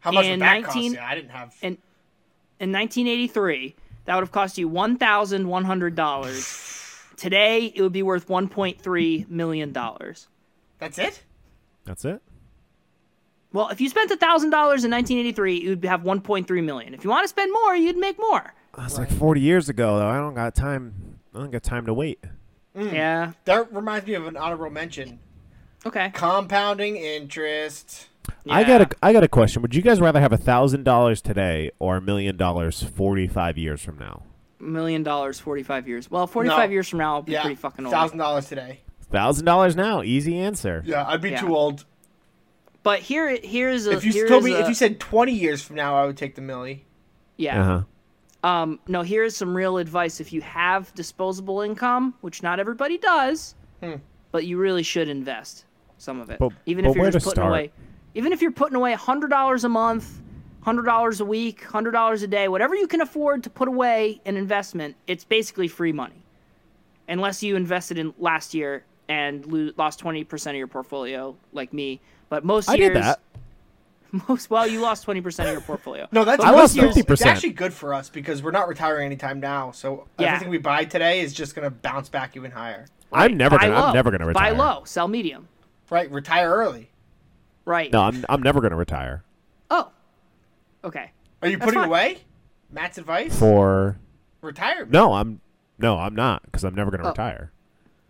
[SPEAKER 3] How much
[SPEAKER 2] In
[SPEAKER 3] would that cost?
[SPEAKER 2] 19
[SPEAKER 3] Yeah, I didn't have.
[SPEAKER 2] in in 1983, that would have cost you $1,100. Today, it would be worth 1.3 million dollars.
[SPEAKER 3] That's it.
[SPEAKER 1] that's it.
[SPEAKER 2] Well, if you spent $1,000 in 1983, you'd have 1.3 million. If you want to spend more, you'd make more.
[SPEAKER 1] That's like 40 years ago, though. I don't got time. I don't got time to wait.
[SPEAKER 3] Hmm.
[SPEAKER 2] Yeah.
[SPEAKER 3] That reminds me of an honorable mention:
[SPEAKER 2] Okay.
[SPEAKER 3] compounding interest.
[SPEAKER 1] I got
[SPEAKER 2] Yeah.
[SPEAKER 1] a I got a question. Would you guys rather have a thousand dollars today or a million dollars 45 years from now?
[SPEAKER 2] million dollars 45 years. Well, 45
[SPEAKER 3] No.
[SPEAKER 2] years from now, I'll be
[SPEAKER 3] Yeah,
[SPEAKER 2] pretty fucking old.
[SPEAKER 3] thousand dollars today.
[SPEAKER 1] Thousand dollars now, easy answer.
[SPEAKER 3] Yeah, I'd be
[SPEAKER 2] Yeah.
[SPEAKER 3] too old.
[SPEAKER 2] But here, here's a.
[SPEAKER 3] If you
[SPEAKER 2] here's
[SPEAKER 3] told me, if
[SPEAKER 2] a-
[SPEAKER 3] you said twenty years from now, I would take the millie.
[SPEAKER 2] yeah.
[SPEAKER 1] Uh-huh.
[SPEAKER 2] Um, no, here's some real advice. If you have disposable income, which not everybody does,
[SPEAKER 3] Hmm.
[SPEAKER 2] but you really should invest some of it,
[SPEAKER 1] But-
[SPEAKER 2] even
[SPEAKER 1] but
[SPEAKER 2] if you're
[SPEAKER 1] where
[SPEAKER 2] just
[SPEAKER 1] to
[SPEAKER 2] putting
[SPEAKER 1] start?
[SPEAKER 2] away, even if you're putting away hundred dollars a month, hundred dollars a week, hundred dollars a day, whatever you can afford to put away in investment, it's basically free money, unless you invested in last year and lo- lost twenty percent of your portfolio, like me. But most
[SPEAKER 1] I
[SPEAKER 2] years,
[SPEAKER 1] did that.
[SPEAKER 2] most well, you lost twenty percent of your portfolio.
[SPEAKER 3] No, that's
[SPEAKER 1] I
[SPEAKER 3] good
[SPEAKER 1] lost
[SPEAKER 3] for us.
[SPEAKER 1] 50%.
[SPEAKER 3] It's actually good for us because we're not retiring anytime now. So
[SPEAKER 2] Yeah.
[SPEAKER 3] everything we buy today is just gonna bounce back even higher.
[SPEAKER 1] I'm never
[SPEAKER 2] buy
[SPEAKER 1] gonna
[SPEAKER 2] low.
[SPEAKER 1] I'm never gonna retire.
[SPEAKER 2] Buy low, sell medium.
[SPEAKER 3] Right, retire early.
[SPEAKER 2] Right.
[SPEAKER 1] No, I'm I'm never gonna retire.
[SPEAKER 2] Oh. Okay.
[SPEAKER 3] Are you putting
[SPEAKER 2] fine.
[SPEAKER 3] away? Matt's advice?
[SPEAKER 1] For
[SPEAKER 3] Retirement.
[SPEAKER 1] No, I'm no, I'm not because I'm never gonna
[SPEAKER 2] Oh.
[SPEAKER 1] retire.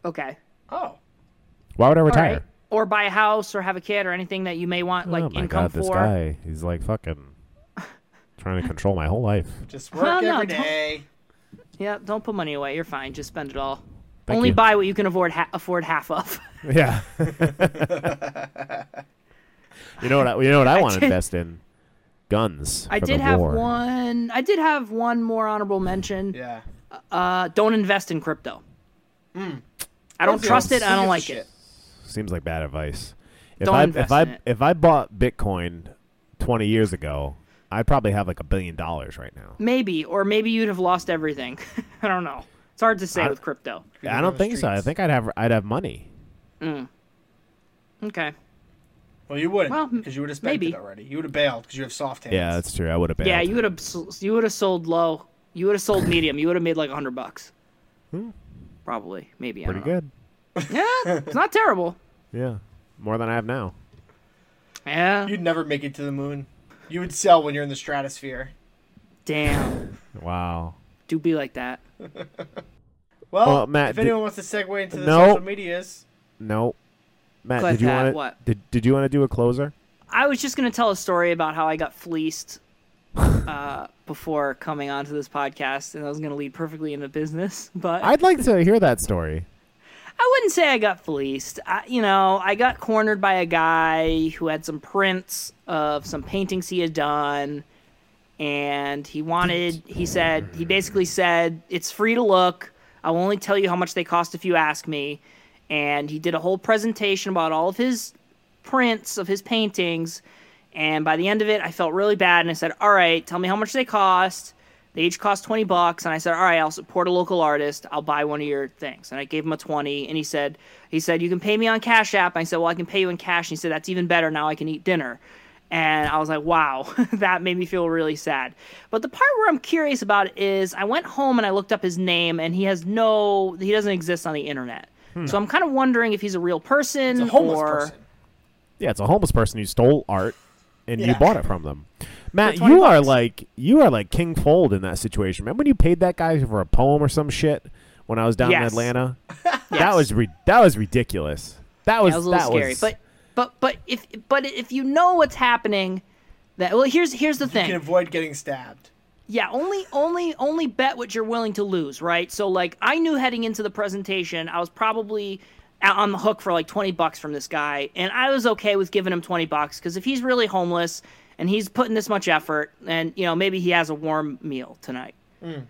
[SPEAKER 2] Okay.
[SPEAKER 3] Oh.
[SPEAKER 1] Why would I
[SPEAKER 2] All
[SPEAKER 1] retire?
[SPEAKER 2] right. Or buy a house or have a kid or anything that you may want like
[SPEAKER 1] oh my
[SPEAKER 2] income
[SPEAKER 1] god, this
[SPEAKER 2] for.
[SPEAKER 1] guy. He's like fucking trying to control my whole life.
[SPEAKER 3] Just work
[SPEAKER 2] Well,
[SPEAKER 3] every day.
[SPEAKER 2] no, don't- Yeah, don't put money away. You're fine. Just spend it all.
[SPEAKER 1] Thank
[SPEAKER 2] Only
[SPEAKER 1] you.
[SPEAKER 2] buy what you can afford ha- afford half of.
[SPEAKER 1] Yeah. you know what? I, you know what I, want
[SPEAKER 2] did-
[SPEAKER 1] to invest in? Guns.
[SPEAKER 2] I
[SPEAKER 1] for
[SPEAKER 2] did
[SPEAKER 1] the
[SPEAKER 2] have
[SPEAKER 1] war.
[SPEAKER 2] one. I did have one more honorable mention.
[SPEAKER 3] Yeah.
[SPEAKER 2] Uh, don't invest in crypto. I don't
[SPEAKER 3] Who
[SPEAKER 2] trust
[SPEAKER 3] gives-
[SPEAKER 2] it.
[SPEAKER 3] who
[SPEAKER 2] I don't
[SPEAKER 3] gives Hmm. a
[SPEAKER 2] like
[SPEAKER 3] shit?
[SPEAKER 2] it.
[SPEAKER 1] Seems like bad advice. If
[SPEAKER 2] Don't
[SPEAKER 1] I
[SPEAKER 2] invest
[SPEAKER 1] if I
[SPEAKER 2] in it.
[SPEAKER 1] if I bought Bitcoin twenty years ago, I'd probably have like a billion dollars right now.
[SPEAKER 2] Maybe, or maybe you'd have lost everything. I don't know. It's hard to say
[SPEAKER 1] I-
[SPEAKER 2] with crypto.
[SPEAKER 3] People
[SPEAKER 1] I
[SPEAKER 3] on
[SPEAKER 1] don't
[SPEAKER 3] the
[SPEAKER 1] think so. I
[SPEAKER 3] streets.
[SPEAKER 1] think I'd have I'd have money.
[SPEAKER 2] Okay.
[SPEAKER 3] Well, you wouldn't
[SPEAKER 2] Well, m-
[SPEAKER 3] because you would have spent
[SPEAKER 2] maybe.
[SPEAKER 3] it already. You would have bailed because you have soft hands.
[SPEAKER 1] Yeah, that's true. I would have bailed.
[SPEAKER 2] Yeah, you would have s- you would have sold low. You would have sold medium. You would have made like a hundred bucks. Probably, maybe. I
[SPEAKER 1] pretty
[SPEAKER 2] don't know.
[SPEAKER 1] good.
[SPEAKER 2] Yeah, it's not terrible.
[SPEAKER 1] Yeah, more than I have now.
[SPEAKER 2] Yeah.
[SPEAKER 3] You'd never make it to the moon. You would sell when you're in the stratosphere.
[SPEAKER 2] Damn.
[SPEAKER 1] Wow.
[SPEAKER 2] Do be like that.
[SPEAKER 3] Well,
[SPEAKER 1] Well, Matt,
[SPEAKER 3] if
[SPEAKER 1] did-
[SPEAKER 3] anyone wants to segue into the
[SPEAKER 1] No.
[SPEAKER 3] social medias,
[SPEAKER 1] No, Matt,
[SPEAKER 2] Clip
[SPEAKER 1] did you
[SPEAKER 2] that,
[SPEAKER 1] want to
[SPEAKER 2] what?
[SPEAKER 1] did, did you want to do a closer?
[SPEAKER 2] I was just gonna tell a story about how I got fleeced uh, before coming onto this podcast, and I was gonna lead perfectly into business, but I,
[SPEAKER 1] I'd like to hear that story.
[SPEAKER 2] wouldn't say I got fleeced. I, you know, I got cornered by a guy who had some prints of some paintings he had done. and he wanted he said he basically said it's free to look i'll only tell you how much they cost if you ask me and he did a whole presentation about all of his prints of his paintings and by the end of it i felt really bad and i said all right tell me how much they cost they each cost 20 bucks and i said all right i'll support a local artist i'll buy one of your things and i gave him a 20 and he said he said you can pay me on cash app and i said well i can pay you in cash and he said that's even better now i can eat dinner and I was like, wow, that made me feel really sad. But the part where I'm curious about is I went home and I looked up his name, and he has no, he doesn't exist on the internet. So I'm kind of wondering if he's a real person
[SPEAKER 3] It's Hmm. a homeless
[SPEAKER 2] or
[SPEAKER 3] person.
[SPEAKER 1] Yeah, it's a homeless person who stole art and you
[SPEAKER 3] Yeah.
[SPEAKER 1] bought it from them. Matt,
[SPEAKER 2] 20
[SPEAKER 1] you are
[SPEAKER 2] bucks.
[SPEAKER 1] like you are like King Fold in that situation. Remember when you paid that guy for a poem or some shit when I was down in
[SPEAKER 2] Yes.
[SPEAKER 1] Atlanta? That
[SPEAKER 2] Yes.
[SPEAKER 1] was ri- that was ridiculous. That was
[SPEAKER 2] that was a little
[SPEAKER 1] that
[SPEAKER 2] scary.
[SPEAKER 1] was-
[SPEAKER 2] But but but if but if you know what's happening, that well here's here's the
[SPEAKER 3] You
[SPEAKER 2] thing.
[SPEAKER 3] can avoid getting stabbed.
[SPEAKER 2] Yeah, only only only bet what you're willing to lose, right? So like I knew heading into the presentation, I was probably o- on the hook for like 20 bucks from this guy, and I was okay with giving him 20 bucks cuz if he's really homeless and he's putting this much effort and you know, maybe he has a warm meal tonight.
[SPEAKER 3] Or,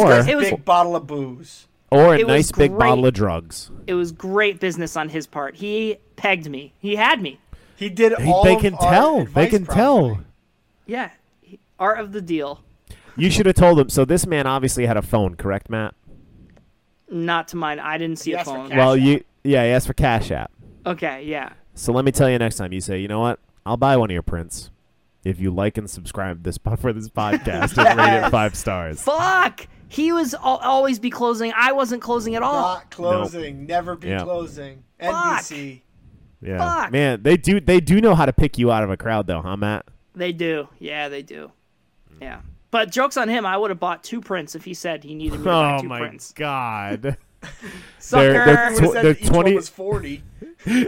[SPEAKER 1] Or-
[SPEAKER 3] a
[SPEAKER 2] It was-
[SPEAKER 3] big bottle of booze.
[SPEAKER 1] or a
[SPEAKER 2] it was
[SPEAKER 1] nice big
[SPEAKER 2] great.
[SPEAKER 1] bottle of drugs.
[SPEAKER 2] It was great business on his part. He pegged me. He had me.
[SPEAKER 3] He did
[SPEAKER 1] He-
[SPEAKER 3] all
[SPEAKER 1] they
[SPEAKER 3] of
[SPEAKER 1] can
[SPEAKER 3] our
[SPEAKER 1] tell. They
[SPEAKER 3] advice
[SPEAKER 1] can
[SPEAKER 3] properly.
[SPEAKER 1] tell.
[SPEAKER 2] Yeah. He- Art of the deal.
[SPEAKER 1] You should have told him. So this man obviously had a phone, correct, Matt?
[SPEAKER 2] Not to mine. I didn't see
[SPEAKER 3] Yes,
[SPEAKER 2] a phone.
[SPEAKER 3] okay. Cash
[SPEAKER 1] well,
[SPEAKER 3] App.
[SPEAKER 1] you yeah, he asked for Cash App.
[SPEAKER 2] Okay, yeah.
[SPEAKER 1] So let me tell you next time you say, you know what? I'll buy one of your prints if you like and subscribe this po- for this podcast and rate it five stars.
[SPEAKER 2] Fuck. He was al- always be closing. I wasn't closing at all.
[SPEAKER 3] Not closing. Never be
[SPEAKER 1] Yeah.
[SPEAKER 3] closing.
[SPEAKER 2] Oh. Fuck.
[SPEAKER 3] NBC.
[SPEAKER 1] Yeah,
[SPEAKER 2] Fuck.
[SPEAKER 1] man, they do they do know how to pick you out of a crowd though, huh, Matt?
[SPEAKER 2] They do. Yeah, they do. Yeah. But jokes on him. I would have bought two prints if he said he needed me to buy
[SPEAKER 1] Oh
[SPEAKER 2] two
[SPEAKER 1] my
[SPEAKER 2] prints.
[SPEAKER 1] god!
[SPEAKER 2] Sucker.
[SPEAKER 1] they're
[SPEAKER 3] Who said
[SPEAKER 1] They're
[SPEAKER 3] that each
[SPEAKER 1] 20
[SPEAKER 3] one was 40?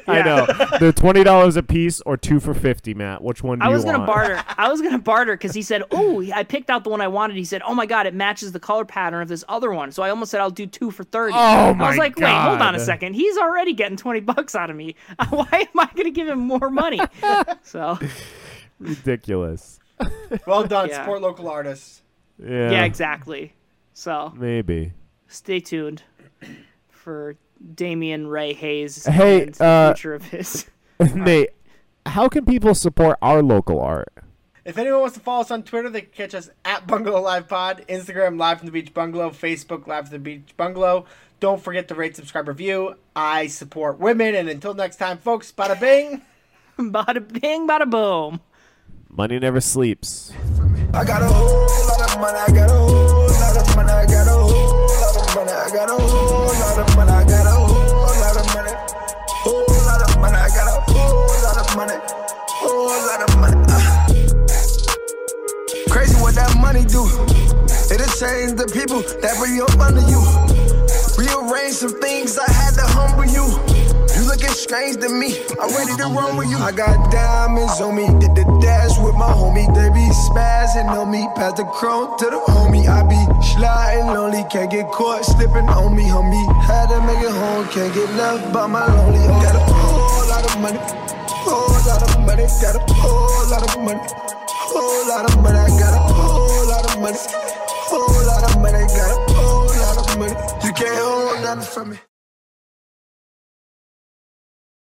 [SPEAKER 1] I know they're twenty dollars a piece or two for fifty, Matt. Which one do
[SPEAKER 2] I
[SPEAKER 1] you
[SPEAKER 2] was gonna
[SPEAKER 1] want?
[SPEAKER 2] barter. I was gonna barter because he said, "Oh, I picked out the one I wanted." He said, "Oh my god, it matches the color pattern of this other one." So I almost said, "I'll do two for 30.
[SPEAKER 1] Oh
[SPEAKER 2] I
[SPEAKER 1] my
[SPEAKER 2] was like, "Wait, hold
[SPEAKER 1] God.
[SPEAKER 2] on a second. He's already getting twenty bucks out of me. Why am I gonna give him more money?" so
[SPEAKER 1] Ridiculous.
[SPEAKER 3] Well done.
[SPEAKER 2] Yeah.
[SPEAKER 3] Support local artists.
[SPEAKER 1] Yeah,
[SPEAKER 2] yeah, exactly. So
[SPEAKER 1] maybe.
[SPEAKER 2] stay tuned for Damian Ray Hayes.
[SPEAKER 1] Hey,
[SPEAKER 2] and the
[SPEAKER 1] uh,
[SPEAKER 2] future of his.
[SPEAKER 1] Nate, how can people support our local art?
[SPEAKER 3] If anyone wants to follow us on Twitter, they can catch us at Bungalow Live Pod, Instagram Live from the Beach Bungalow, Facebook Live from the Beach Bungalow. Don't forget to rate, subscribe, review. I support women, and until next time, folks. Bada bing.
[SPEAKER 2] Bada bing, bada boom.
[SPEAKER 1] Money never sleeps.
[SPEAKER 4] I got a whole lot of money, I got a whole lot of money, I got a whole lot of money, I got a whole lot of money, I got a whole lot of money, whole lot of money, I got a whole lot of money, whole lot of money. ah. Crazy what that money do. It'll change the people that be up under you. Rearrange some things, I had to humble you. You looking strange to me, I'm ready to run with you. I got diamonds on me, did the dash with my homie. They be spazzing on me, pass the crown to the homie. I be sly and lonely, can't get caught slipping on me, homie. Had to make it home, can't get left by my lonely. homie. Got a whole lot of money, whole lot of money, got a whole lot of money. Whole lot of money, I got a whole lot of money. Whole lot of money, got a whole lot of money. You can't hold nothing from me.